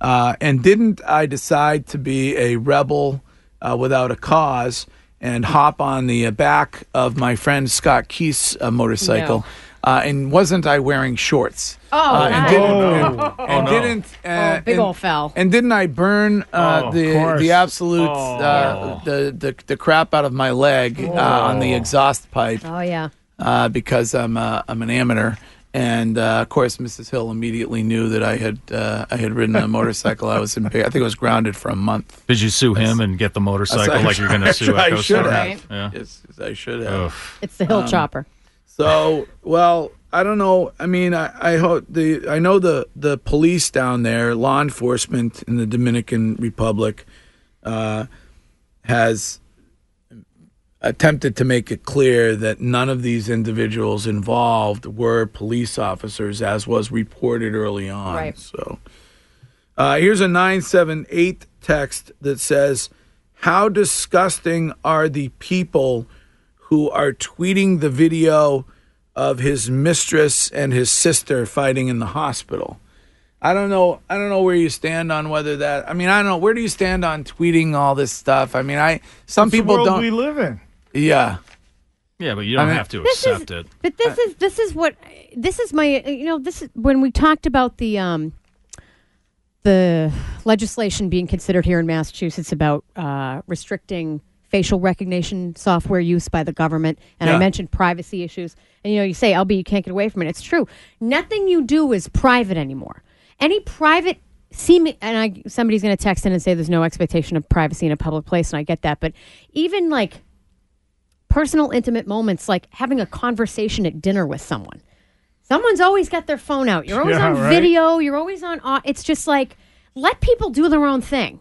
[SPEAKER 3] Uh, and didn't I decide to be a rebel uh, without a cause and hop on the uh, back of my friend Scott Keith's uh, motorcycle? Uh, and wasn't I wearing shorts?
[SPEAKER 9] Oh,
[SPEAKER 3] uh, and
[SPEAKER 9] hi.
[SPEAKER 3] didn't,
[SPEAKER 9] Oh.
[SPEAKER 3] and-
[SPEAKER 9] Oh,
[SPEAKER 3] and
[SPEAKER 9] no.
[SPEAKER 3] didn't uh,
[SPEAKER 9] Oh, big
[SPEAKER 3] and-
[SPEAKER 9] old foul.
[SPEAKER 3] And didn't I burn uh,
[SPEAKER 9] Oh, of
[SPEAKER 3] the
[SPEAKER 9] course.
[SPEAKER 3] the absolute
[SPEAKER 9] Oh.
[SPEAKER 3] uh, the, the the crap out of my leg uh, on the exhaust pipe
[SPEAKER 9] Oh, yeah.
[SPEAKER 3] uh, because I'm uh, I'm an amateur. And uh, of course, Mrs. Hill immediately knew that I had uh, I had ridden a motorcycle. I was in, I think I was grounded for a month.
[SPEAKER 10] Did you sue him and get the motorcycle like you're going
[SPEAKER 3] [laughs]
[SPEAKER 10] to sue
[SPEAKER 3] I
[SPEAKER 10] Echo
[SPEAKER 3] should
[SPEAKER 10] Star?
[SPEAKER 3] have.
[SPEAKER 10] Yeah.
[SPEAKER 3] Yes, I should have.
[SPEAKER 9] It's the hill
[SPEAKER 3] Um,
[SPEAKER 9] chopper.
[SPEAKER 3] So, well, I don't know. I mean, I, I hope the I know the the police down there, law enforcement in the Dominican Republic, uh, has attempted to make it clear that none of these individuals involved were police officers, as was reported early on.
[SPEAKER 9] Right.
[SPEAKER 3] So, uh, here's a nine seven eight text that says, "How disgusting are the people?" who are tweeting the video of his mistress and his sister fighting in the hospital. I don't know. I don't know where you stand on whether that. I mean, I don't know. Where do you stand on tweeting all this stuff? I mean, I some
[SPEAKER 7] It's the
[SPEAKER 3] people
[SPEAKER 7] world
[SPEAKER 3] don't.
[SPEAKER 7] We live in.
[SPEAKER 3] yeah.
[SPEAKER 10] Yeah, but you don't
[SPEAKER 3] I mean-
[SPEAKER 10] have to
[SPEAKER 3] This is-
[SPEAKER 10] accept it.
[SPEAKER 9] But this is this is what this is my uh, you know this is when we talked about the um the legislation being considered here in Massachusetts about uh, restricting facial recognition software use by the government, and I
[SPEAKER 22] Yeah.
[SPEAKER 9] mentioned privacy issues. And you know, you say, "LB, you can't get away from it." It's true. Nothing you do is private anymore. Any private seeming, and I somebody's going to text in and say, "There's no expectation of privacy in a public place," and I get that. But even like personal intimate moments like having a conversation at dinner with someone someone's always got their phone out you're always
[SPEAKER 22] Yeah,
[SPEAKER 9] on
[SPEAKER 22] right.
[SPEAKER 9] video you're always on au- it's just like let people do their own thing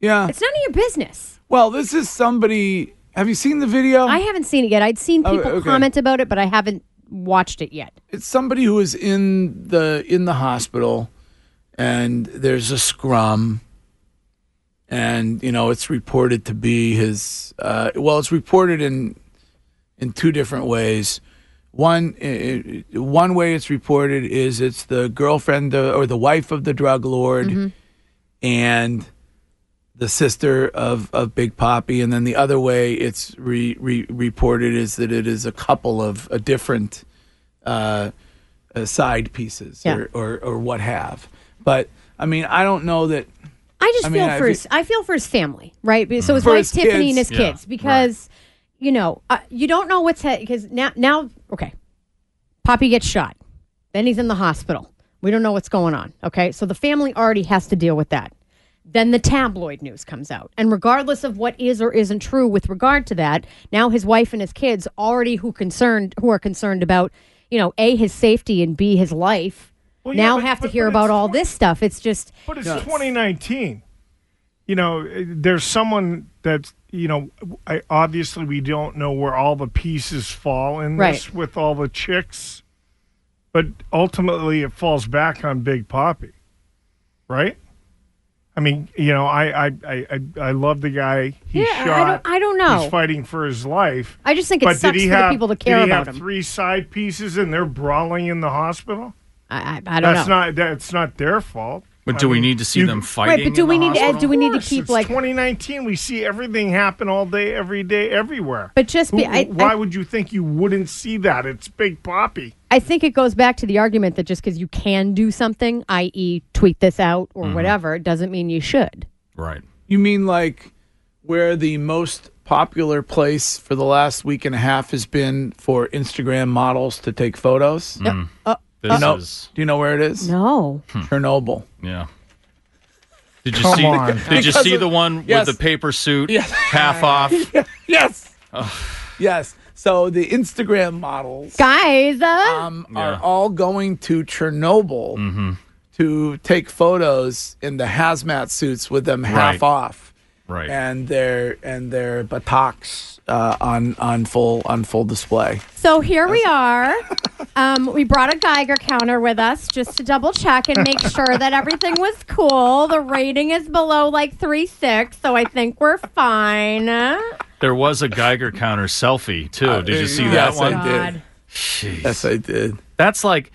[SPEAKER 3] Yeah.
[SPEAKER 9] it's none of your business
[SPEAKER 3] Well, this is somebody. Have you seen the video?
[SPEAKER 9] i haven't seen it yet i'd seen
[SPEAKER 3] Oh,
[SPEAKER 9] people
[SPEAKER 3] okay.
[SPEAKER 9] comment about it but i haven't watched it yet
[SPEAKER 3] it's somebody who is in the in the hospital and there's a scrum and you know it's reported to be his uh, well it's reported in in two different ways one i- i- one way it's reported is it's the girlfriend uh, or the wife of the drug lord
[SPEAKER 9] Mm-hmm.
[SPEAKER 3] and the sister of, of Big Poppy, and then the other way it's re, re, reported is that it is a couple of a different uh, uh, side pieces
[SPEAKER 9] Yeah.
[SPEAKER 3] or, or or what have. But I mean, I don't know that.
[SPEAKER 9] i just
[SPEAKER 3] I mean,
[SPEAKER 9] feel
[SPEAKER 3] I
[SPEAKER 9] for
[SPEAKER 3] fe-
[SPEAKER 9] his i feel for his family right Be- so his
[SPEAKER 3] For
[SPEAKER 9] wife
[SPEAKER 3] his
[SPEAKER 9] tiffany and
[SPEAKER 3] kids.
[SPEAKER 9] his
[SPEAKER 3] Yeah.
[SPEAKER 9] kids because you know uh, you don't know what's because now now okay Poppy gets shot. Then he's in the hospital. We don't know what's going on. Okay. So the family already has to deal with that. Then the tabloid news comes out. And regardless of what is or isn't true with regard to that, now his wife and his kids already who concerned who are concerned about, you know, A his safety and B his life
[SPEAKER 7] yeah,
[SPEAKER 9] now
[SPEAKER 7] but-
[SPEAKER 9] have
[SPEAKER 7] but-
[SPEAKER 9] to hear about all this stuff. It's just
[SPEAKER 7] But it's 2019. You know, eh, there's someone that's, you know, I, obviously we don't know where all the pieces fall in this
[SPEAKER 9] Right.
[SPEAKER 7] with all the chicks, but ultimately it falls back on Big Poppy, right? I mean, you know, I I I, I, I love the guy he
[SPEAKER 9] Yeah, I
[SPEAKER 7] shot.
[SPEAKER 9] don't- I don't know.
[SPEAKER 7] He's fighting for his life.
[SPEAKER 9] I just think it
[SPEAKER 7] but
[SPEAKER 9] sucks
[SPEAKER 7] did he
[SPEAKER 9] for the
[SPEAKER 7] have,
[SPEAKER 9] people that
[SPEAKER 7] did
[SPEAKER 9] care
[SPEAKER 7] he
[SPEAKER 9] about
[SPEAKER 7] have
[SPEAKER 9] him.
[SPEAKER 7] Three side pieces, and they're brawling in the hospital.
[SPEAKER 9] I I, I don't
[SPEAKER 7] that's
[SPEAKER 9] know.
[SPEAKER 7] not that's not their fault.
[SPEAKER 10] But do we need to see them fighting?
[SPEAKER 9] Right, but do
[SPEAKER 10] in
[SPEAKER 9] we
[SPEAKER 10] the
[SPEAKER 9] need to
[SPEAKER 10] hospital?
[SPEAKER 9] do we need to
[SPEAKER 7] course,
[SPEAKER 9] keep
[SPEAKER 7] it's
[SPEAKER 9] like
[SPEAKER 7] 2019. We see everything happen all day, every day, everywhere.
[SPEAKER 9] But just be- I-
[SPEAKER 7] why
[SPEAKER 9] I-
[SPEAKER 7] would you think you wouldn't see that? It's Big Poppy.
[SPEAKER 9] I think it goes back to the argument that just because you can do something, i.e., tweet this out or
[SPEAKER 3] Mhm.
[SPEAKER 9] whatever, doesn't mean you should.
[SPEAKER 10] Right.
[SPEAKER 3] You mean like where the most popular place for the last week and a half has been for Instagram models to take photos?
[SPEAKER 10] Mm.
[SPEAKER 9] Uh,
[SPEAKER 3] do, you
[SPEAKER 10] This
[SPEAKER 3] know,
[SPEAKER 10] is- Hmm.
[SPEAKER 3] do you know where it is?
[SPEAKER 9] No.
[SPEAKER 3] Chernobyl.
[SPEAKER 10] Yeah. Did you
[SPEAKER 3] Come
[SPEAKER 10] see?
[SPEAKER 3] on.
[SPEAKER 10] Did you
[SPEAKER 3] Because
[SPEAKER 10] see
[SPEAKER 3] of-
[SPEAKER 10] the one
[SPEAKER 3] Yes. [laughs]
[SPEAKER 10] with the paper suit, half off?
[SPEAKER 3] yes. Yes. So the Instagram models
[SPEAKER 9] guys. uh?
[SPEAKER 3] um, are all going to Chernobyl
[SPEAKER 10] Mm-hmm.
[SPEAKER 3] to take photos in the hazmat suits with them half
[SPEAKER 10] Right.
[SPEAKER 3] off,
[SPEAKER 10] Right.
[SPEAKER 3] and their and their buttocks uh, on on full on full display.
[SPEAKER 9] So here we are. Um, we brought a Geiger counter with us just to double check and make sure that everything was cool. The rating is below like three six, so I think we're fine.
[SPEAKER 10] There was a Geiger counter selfie too.
[SPEAKER 3] Uh,
[SPEAKER 10] did you see
[SPEAKER 3] yes,
[SPEAKER 10] that one?
[SPEAKER 3] I did. God. Yes, I did.
[SPEAKER 10] That's like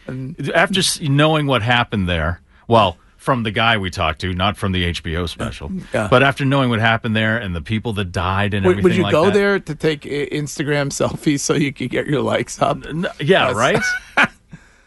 [SPEAKER 10] after s- knowing what happened there. Well, from the guy we talked to, not from the HBO special,
[SPEAKER 3] Yeah.
[SPEAKER 10] but after knowing what happened there and the people that died and
[SPEAKER 3] Would,
[SPEAKER 10] everything.
[SPEAKER 3] would you
[SPEAKER 10] like
[SPEAKER 3] go
[SPEAKER 10] that.
[SPEAKER 3] there to take I- Instagram [laughs] selfies so you could get your likes up?
[SPEAKER 10] yeah, right?
[SPEAKER 3] [laughs]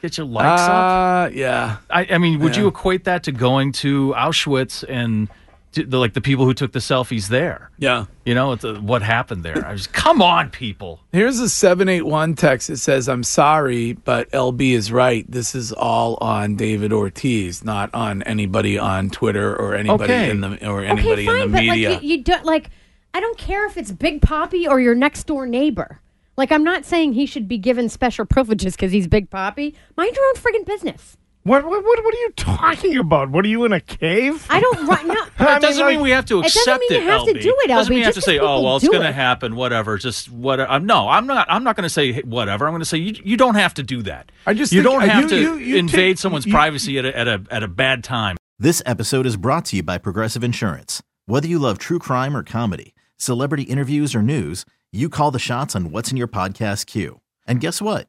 [SPEAKER 10] Get your Likes up?
[SPEAKER 3] Uh, Yeah.
[SPEAKER 10] I, I mean, would
[SPEAKER 3] Yeah.
[SPEAKER 10] you equate that to going to Auschwitz and to the, like the people who took the selfies there?
[SPEAKER 3] Yeah.
[SPEAKER 10] You know, it's, uh, what happened there? I was, come on, people.
[SPEAKER 3] Here's a 781 text that says, I'm sorry, but LB is right. This is all on David Ortiz, not on anybody on Twitter or anybody
[SPEAKER 10] Okay.
[SPEAKER 3] in the or
[SPEAKER 10] Okay,
[SPEAKER 3] anybody in the
[SPEAKER 9] but
[SPEAKER 3] media.
[SPEAKER 9] like you, you don't like. I don't care if it's Big Poppy or your next door neighbor. Like I'm not saying he should be given special privileges because he's Big Poppy. Mind your own friggin' business.
[SPEAKER 7] What, what what what are you talking about? What are you in a cave?
[SPEAKER 9] I don't right
[SPEAKER 7] [laughs]
[SPEAKER 9] no.
[SPEAKER 10] That doesn't mean we have to
[SPEAKER 9] it doesn't
[SPEAKER 10] accept
[SPEAKER 9] mean you have to
[SPEAKER 10] LB.
[SPEAKER 9] do it,
[SPEAKER 10] Doesn't mean
[SPEAKER 9] LB,
[SPEAKER 10] you have to
[SPEAKER 9] just
[SPEAKER 10] say,
[SPEAKER 9] 'cause
[SPEAKER 10] "Oh,
[SPEAKER 9] people
[SPEAKER 10] well, it's
[SPEAKER 9] do
[SPEAKER 10] going to
[SPEAKER 9] it.
[SPEAKER 10] happen, whatever." Just what? I'm, no, I'm not. I'm not going to say "Hey, whatever. I'm going to say you, you don't have to do that.
[SPEAKER 1] I just
[SPEAKER 10] you
[SPEAKER 1] think-
[SPEAKER 10] don't
[SPEAKER 1] uh,
[SPEAKER 10] have
[SPEAKER 1] you-
[SPEAKER 10] to
[SPEAKER 1] you- you
[SPEAKER 10] invade
[SPEAKER 1] take-
[SPEAKER 10] someone's
[SPEAKER 1] you-
[SPEAKER 10] privacy at a, at a at a bad time.
[SPEAKER 1] This episode is brought to you by Progressive Insurance. Whether you love true crime or comedy, celebrity interviews or news, you call the shots on what's in your podcast queue. And guess what?